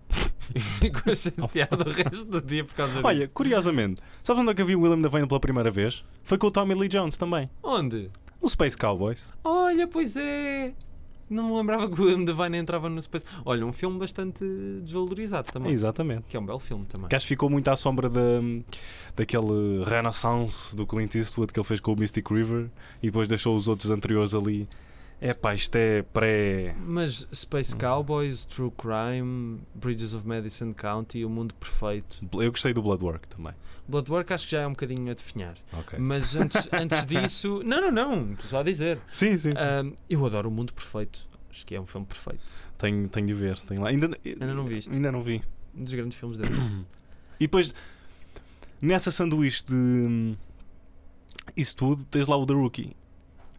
Speaker 4: E Ficou chateado o resto do dia por causa
Speaker 3: Olha,
Speaker 4: disso.
Speaker 3: curiosamente, sabes onde é que eu vi o William Devane pela primeira vez? Foi com o Tommy Lee Jones também.
Speaker 4: Onde?
Speaker 3: O Space Cowboys.
Speaker 4: Olha, pois é! Não me lembrava que o William Devine entrava no Space. Olha, um filme bastante desvalorizado também.
Speaker 3: Exatamente.
Speaker 4: Que é um belo filme também.
Speaker 3: Que acho que ficou muito à sombra da, daquele renaissance do Clint Eastwood que ele fez com o Mystic River e depois deixou os outros anteriores ali. É pá, isto é pré.
Speaker 4: Mas
Speaker 3: Hum.
Speaker 4: Space Cowboys, True Crime, Bridges of Madison County, O Mundo Perfeito.
Speaker 3: Eu gostei do Bloodwork também.
Speaker 4: Bloodwork acho que já é um bocadinho a definhar.
Speaker 3: Ok.
Speaker 4: Mas antes, antes disso. Não, não, não. Estou só a dizer.
Speaker 3: Sim, sim. sim.
Speaker 4: Ahm, eu adoro O Mundo Perfeito. Acho que é um filme perfeito.
Speaker 3: Tenho, tenho de ver. Tenho lá. Ainda,
Speaker 4: Ainda não viste?
Speaker 3: Ainda não vi.
Speaker 4: Um dos grandes filmes da vida.
Speaker 3: E depois, nessa sanduíche de hum, isso tudo, tens lá o The Rookie.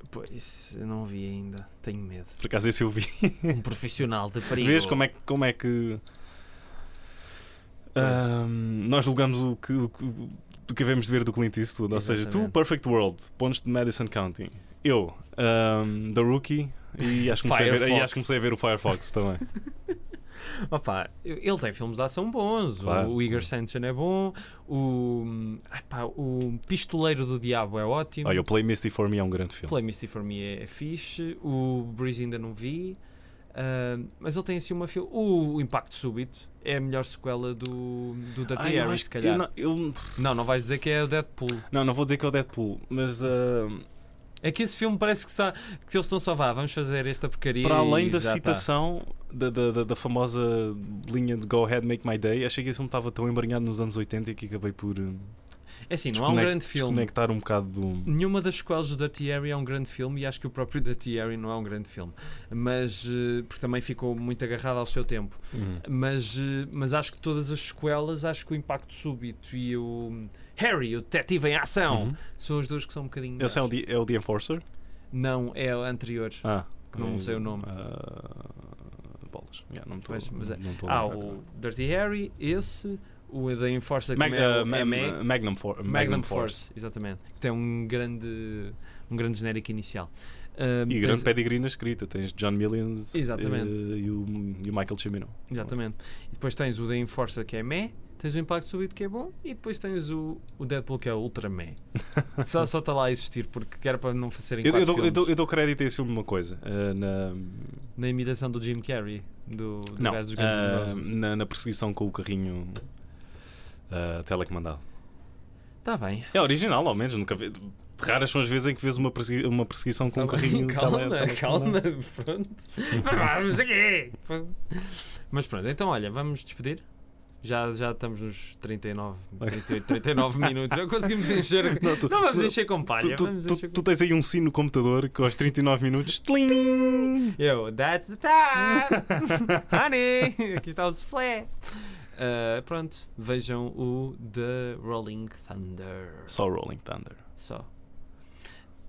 Speaker 4: Pois, eu não vi ainda. Tenho medo.
Speaker 3: Por acaso esse eu vi.
Speaker 4: Um profissional de perigo.
Speaker 3: Vês como é, que- como é que. hum, nós julgamos o que, o, que- o que havemos de ver do Clint Eastwood. Ou seja, tu,
Speaker 4: Exatamente.
Speaker 3: Perfect World, pontos de Madison County. Eu, hum, The Rookie. E acho, que comecei a ver, e
Speaker 4: Firefox.
Speaker 3: acho que comecei a ver o Firefox também.
Speaker 4: Opa, ele tem filmes de ação bons.
Speaker 3: Claro.
Speaker 4: O Igor Sanderson é bom. O. ai pá, o Pistoleiro do Diabo é ótimo.
Speaker 3: Olha, o Play Misty for Me é um grande filme.
Speaker 4: Play Misty for Me é, é fixe. O Breeze ainda não vi. Ahm, mas ele tem assim uma. fil- O, o Impacto Súbito é a melhor sequela do, do Dirty
Speaker 3: Ai, eu
Speaker 4: Harry,
Speaker 3: acho
Speaker 4: se
Speaker 3: que- eu
Speaker 4: calhar.
Speaker 3: não- eu-
Speaker 4: Não, não vais dizer que é o Deadpool.
Speaker 3: não, não vou dizer que é o Deadpool, mas hum,
Speaker 4: É que esse filme parece que, está, que eles estão só vá, vamos fazer esta porcaria.
Speaker 3: Para além
Speaker 4: e
Speaker 3: da
Speaker 4: já tá."
Speaker 3: citação da, da, da- da famosa linha de Go Ahead Make My Day, achei que esse filme estava tão embranhado nos anos 80 que acabei por eh,
Speaker 4: É assim, não é um
Speaker 3: desconec-
Speaker 4: grande filme.
Speaker 3: desconectar um bocado do.
Speaker 4: Nenhuma das sequelas do Dirty Harry é um grande filme e acho que o próprio Dirty Harry não é um grande filme. Mas. eh, Porque também ficou muito agarrado ao seu tempo. Mas, eh, mas acho que todas as sequelas, acho que o Impacto Súbito e o. Harry, o Detetive em Ação,
Speaker 3: Uhum.
Speaker 4: são as duas que são um bocadinho.
Speaker 3: Esse é o,
Speaker 4: melhores.
Speaker 3: The, é o The Enforcer?
Speaker 4: Não, é a anterior.
Speaker 3: Ah,
Speaker 4: Que não
Speaker 3: eh,
Speaker 4: sei o nome.
Speaker 3: ah, bolas. Yeah, não estou
Speaker 4: Pois, mas é-
Speaker 3: não estou a
Speaker 4: Há
Speaker 3: lembrar.
Speaker 4: o Dirty Harry, esse, o da Enforcer
Speaker 3: Mag-
Speaker 4: que é,
Speaker 3: ah,
Speaker 4: o- é
Speaker 3: Ma-
Speaker 4: Mag-
Speaker 3: Ma- Magnum, For-
Speaker 4: Magnum Force, exatamente. Que tem um grande, um grande genérico inicial. Ah,
Speaker 3: E
Speaker 4: tens-
Speaker 3: grande pedigree na escrita. Tens John Millions
Speaker 4: Exatamente.
Speaker 3: eh, e, o, e o Michael Cimino.
Speaker 4: Exatamente. E depois tens o da Enforcer que é meh, tens o Impacto Súbito que é bom e depois tens o, o Deadpool que é ultra meh. só está lá a existir porque que era para não fazerem
Speaker 3: Eu, eu
Speaker 4: quatro
Speaker 3: dou, eu,
Speaker 4: filmes.
Speaker 3: dou, eu dou crédito a esse filme numa coisa. ah, na,
Speaker 4: Na imitação do Jim Carrey, do, do
Speaker 3: não,
Speaker 4: gajo dos Guns N'
Speaker 3: ah,
Speaker 4: Roses.
Speaker 3: na, na perseguição com o carrinho ah, telecomandado.
Speaker 4: Está Tá bem.
Speaker 3: É original, ao menos. Nunca vi- Raras são as vezes em que vês uma, persegui- uma perseguição com um
Speaker 4: Tá bem,
Speaker 3: carrinho.
Speaker 4: calma,
Speaker 3: tele- tele-
Speaker 4: calma, pronto. vamos aqui. Mas pronto, então olha, vamos despedir. Já, já estamos nos 39, 38, 39 minutos. Já conseguimos encher. Não,
Speaker 3: Não, tu-
Speaker 4: vamos
Speaker 3: tu-
Speaker 4: encher com
Speaker 3: Tu,
Speaker 4: palha.
Speaker 3: tu,
Speaker 4: vamos
Speaker 3: tu,
Speaker 4: encher com-
Speaker 3: tu tens aí um sino no computador que aos 39 minutos. Tling!
Speaker 4: Eu, that's the time! Honey! Aqui está o soufflé! Ah, pronto, vejam o The Rolling Thunder.
Speaker 3: Só Rolling Thunder.
Speaker 4: Só.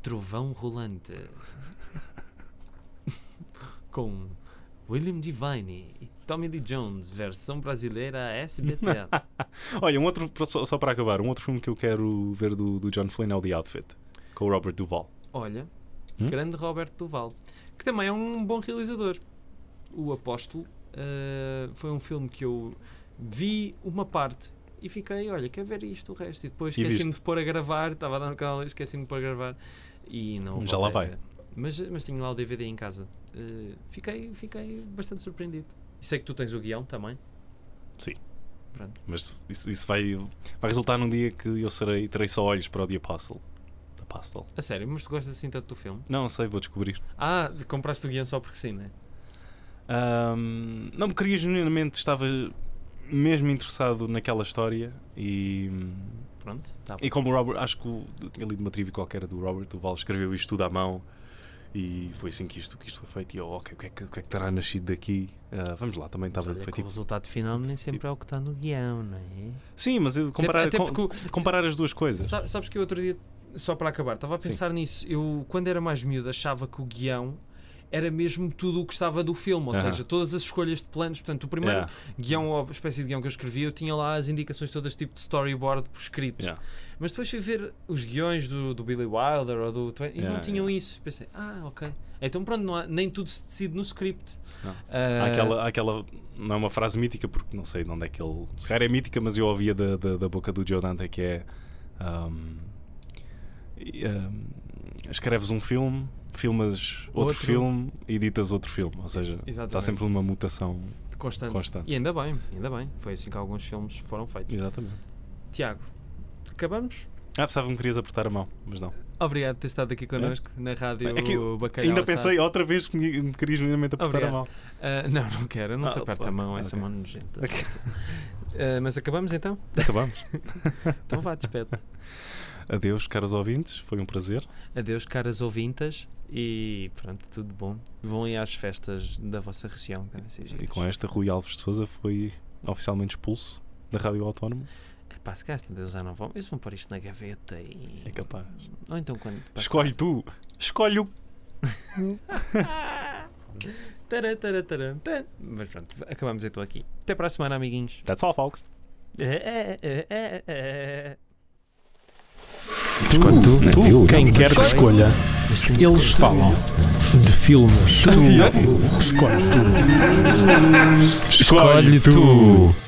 Speaker 4: Trovão Rolante. Com William Divine e Tommy Lee Jones, versão brasileira SBT.
Speaker 3: Olha, um outro, só, só para acabar, um outro filme que eu quero ver do, do John Flynn é o The Outfit, com o Robert Duvall.
Speaker 4: Olha,
Speaker 3: Hum?
Speaker 4: grande Roberto Duval, que também é um bom realizador. O Apóstolo ah, foi um filme que eu vi uma parte e fiquei, olha, quero ver isto, o resto. E depois
Speaker 3: E
Speaker 4: esqueci-me
Speaker 3: viste?
Speaker 4: de pôr a gravar, estava a dar no canal, esqueci-me de pôr a gravar e não.
Speaker 3: Já lá
Speaker 4: voltei a
Speaker 3: vai.
Speaker 4: ver. Mas, mas tenho lá o DVD em casa. Ah, fiquei, fiquei bastante surpreendido. E sei que tu tens o guião também.
Speaker 3: Sim.
Speaker 4: Pronto.
Speaker 3: Mas isso, isso vai, vai resultar num dia que eu serei, terei só olhos para o The Apostle. Apostle.
Speaker 4: A sério, mas tu gostas assim tanto do filme?
Speaker 3: Não sei, vou descobrir.
Speaker 4: Ah, compraste o guião só porque sim, né?
Speaker 3: Ahm, não me queria genuinamente, estava mesmo interessado naquela história e.
Speaker 4: Pronto, tá bom.
Speaker 3: E como o Robert, acho que o- eu tinha lido uma trivia qualquer do Robert Duval, escreveu isto tudo à mão e foi assim que isto, que isto foi feito. E eu, ok, o que é que, o que é que terá nascido daqui? Ah, vamos lá, também estava
Speaker 4: Olha
Speaker 3: foi
Speaker 4: que o
Speaker 3: tipo.
Speaker 4: resultado final nem sempre é o que está no guião, não é?
Speaker 3: Sim, mas eu comparar,
Speaker 4: até
Speaker 3: com-
Speaker 4: porque o-
Speaker 3: comparar as duas coisas.
Speaker 4: Sa- Sabes que eu outro dia, só para acabar, estava a
Speaker 3: Sim.
Speaker 4: pensar nisso. Eu, quando era mais miúdo, achava que o guião era mesmo tudo o que estava do filme, ou
Speaker 3: Aham.
Speaker 4: seja, todas as escolhas de planos. Portanto, o primeiro
Speaker 3: Yeah,
Speaker 4: guião ou espécie de guião que eu escrevi, eu tinha lá as indicações todas, tipo de storyboard por escrito.
Speaker 3: yeah.
Speaker 4: Mas depois fui ver os guiões do, do Billy Wilder ou do. Twain, E
Speaker 3: Yeah,
Speaker 4: não tinham isso. Pensei, ah, ok. Então pronto, não há- nem tudo se decide no script.
Speaker 3: Não.
Speaker 4: Ah,
Speaker 3: Há aquela, há aquela- não é uma frase mítica, porque não sei de onde é que ele. Se calhar é mítica, mas eu ouvia da, da, da boca do Joe Dante que é. ahm, e, ahm, escreves um filme, filmas outro,
Speaker 4: Outro.
Speaker 3: filme, editas outro filme. Ou seja, está
Speaker 4: Exatamente.
Speaker 3: sempre numa mutação.
Speaker 4: Constante.
Speaker 3: Constante.
Speaker 4: E ainda bem, ainda bem. Foi assim que alguns filmes foram feitos.
Speaker 3: Exatamente.
Speaker 4: Tiago, acabamos?
Speaker 3: Ah, pensava que me querias apertar a mão, mas não.
Speaker 4: Obrigado por ter estado aqui connosco na rádio
Speaker 3: É que eu
Speaker 4: Bacalhau.
Speaker 3: Ainda pensei
Speaker 4: sabe?
Speaker 3: outra vez que me, me querias minimamente apertar
Speaker 4: Obrigado.
Speaker 3: a mão.
Speaker 4: Ah, não, não quero, não
Speaker 3: Ah,
Speaker 4: te aperto
Speaker 3: ok,
Speaker 4: a mão, essa
Speaker 3: ok.
Speaker 4: mão nojenta. Ah, mas acabamos então?
Speaker 3: Acabamos.
Speaker 4: Então vá, despede.
Speaker 3: Adeus, caros ouvintes, foi um prazer.
Speaker 4: Adeus, caras ouvintas, e pronto, tudo bom. Vão aí às festas da vossa região, que devem ser
Speaker 3: E
Speaker 4: giras.
Speaker 3: com esta, Rui Alves de Souza foi oficialmente expulso da Rádio Autónoma.
Speaker 4: Pá, se gasta, eles já não vão. Eles vão pôr isto na gaveta e.
Speaker 3: É capaz.
Speaker 4: Ou então quando. passar-
Speaker 3: Escolhe tu. Escolhe o.
Speaker 4: Tará, tará, tará, tará. Mas pronto, acabamos então aqui. Até para a semana, amiguinhos. É,
Speaker 3: That's all, folks.
Speaker 2: Escolhe tu, tu, quem quer que
Speaker 1: Escolhe.
Speaker 2: escolha. Eles falam de filmes. Tu escolhe tu.
Speaker 3: Escolhe tu.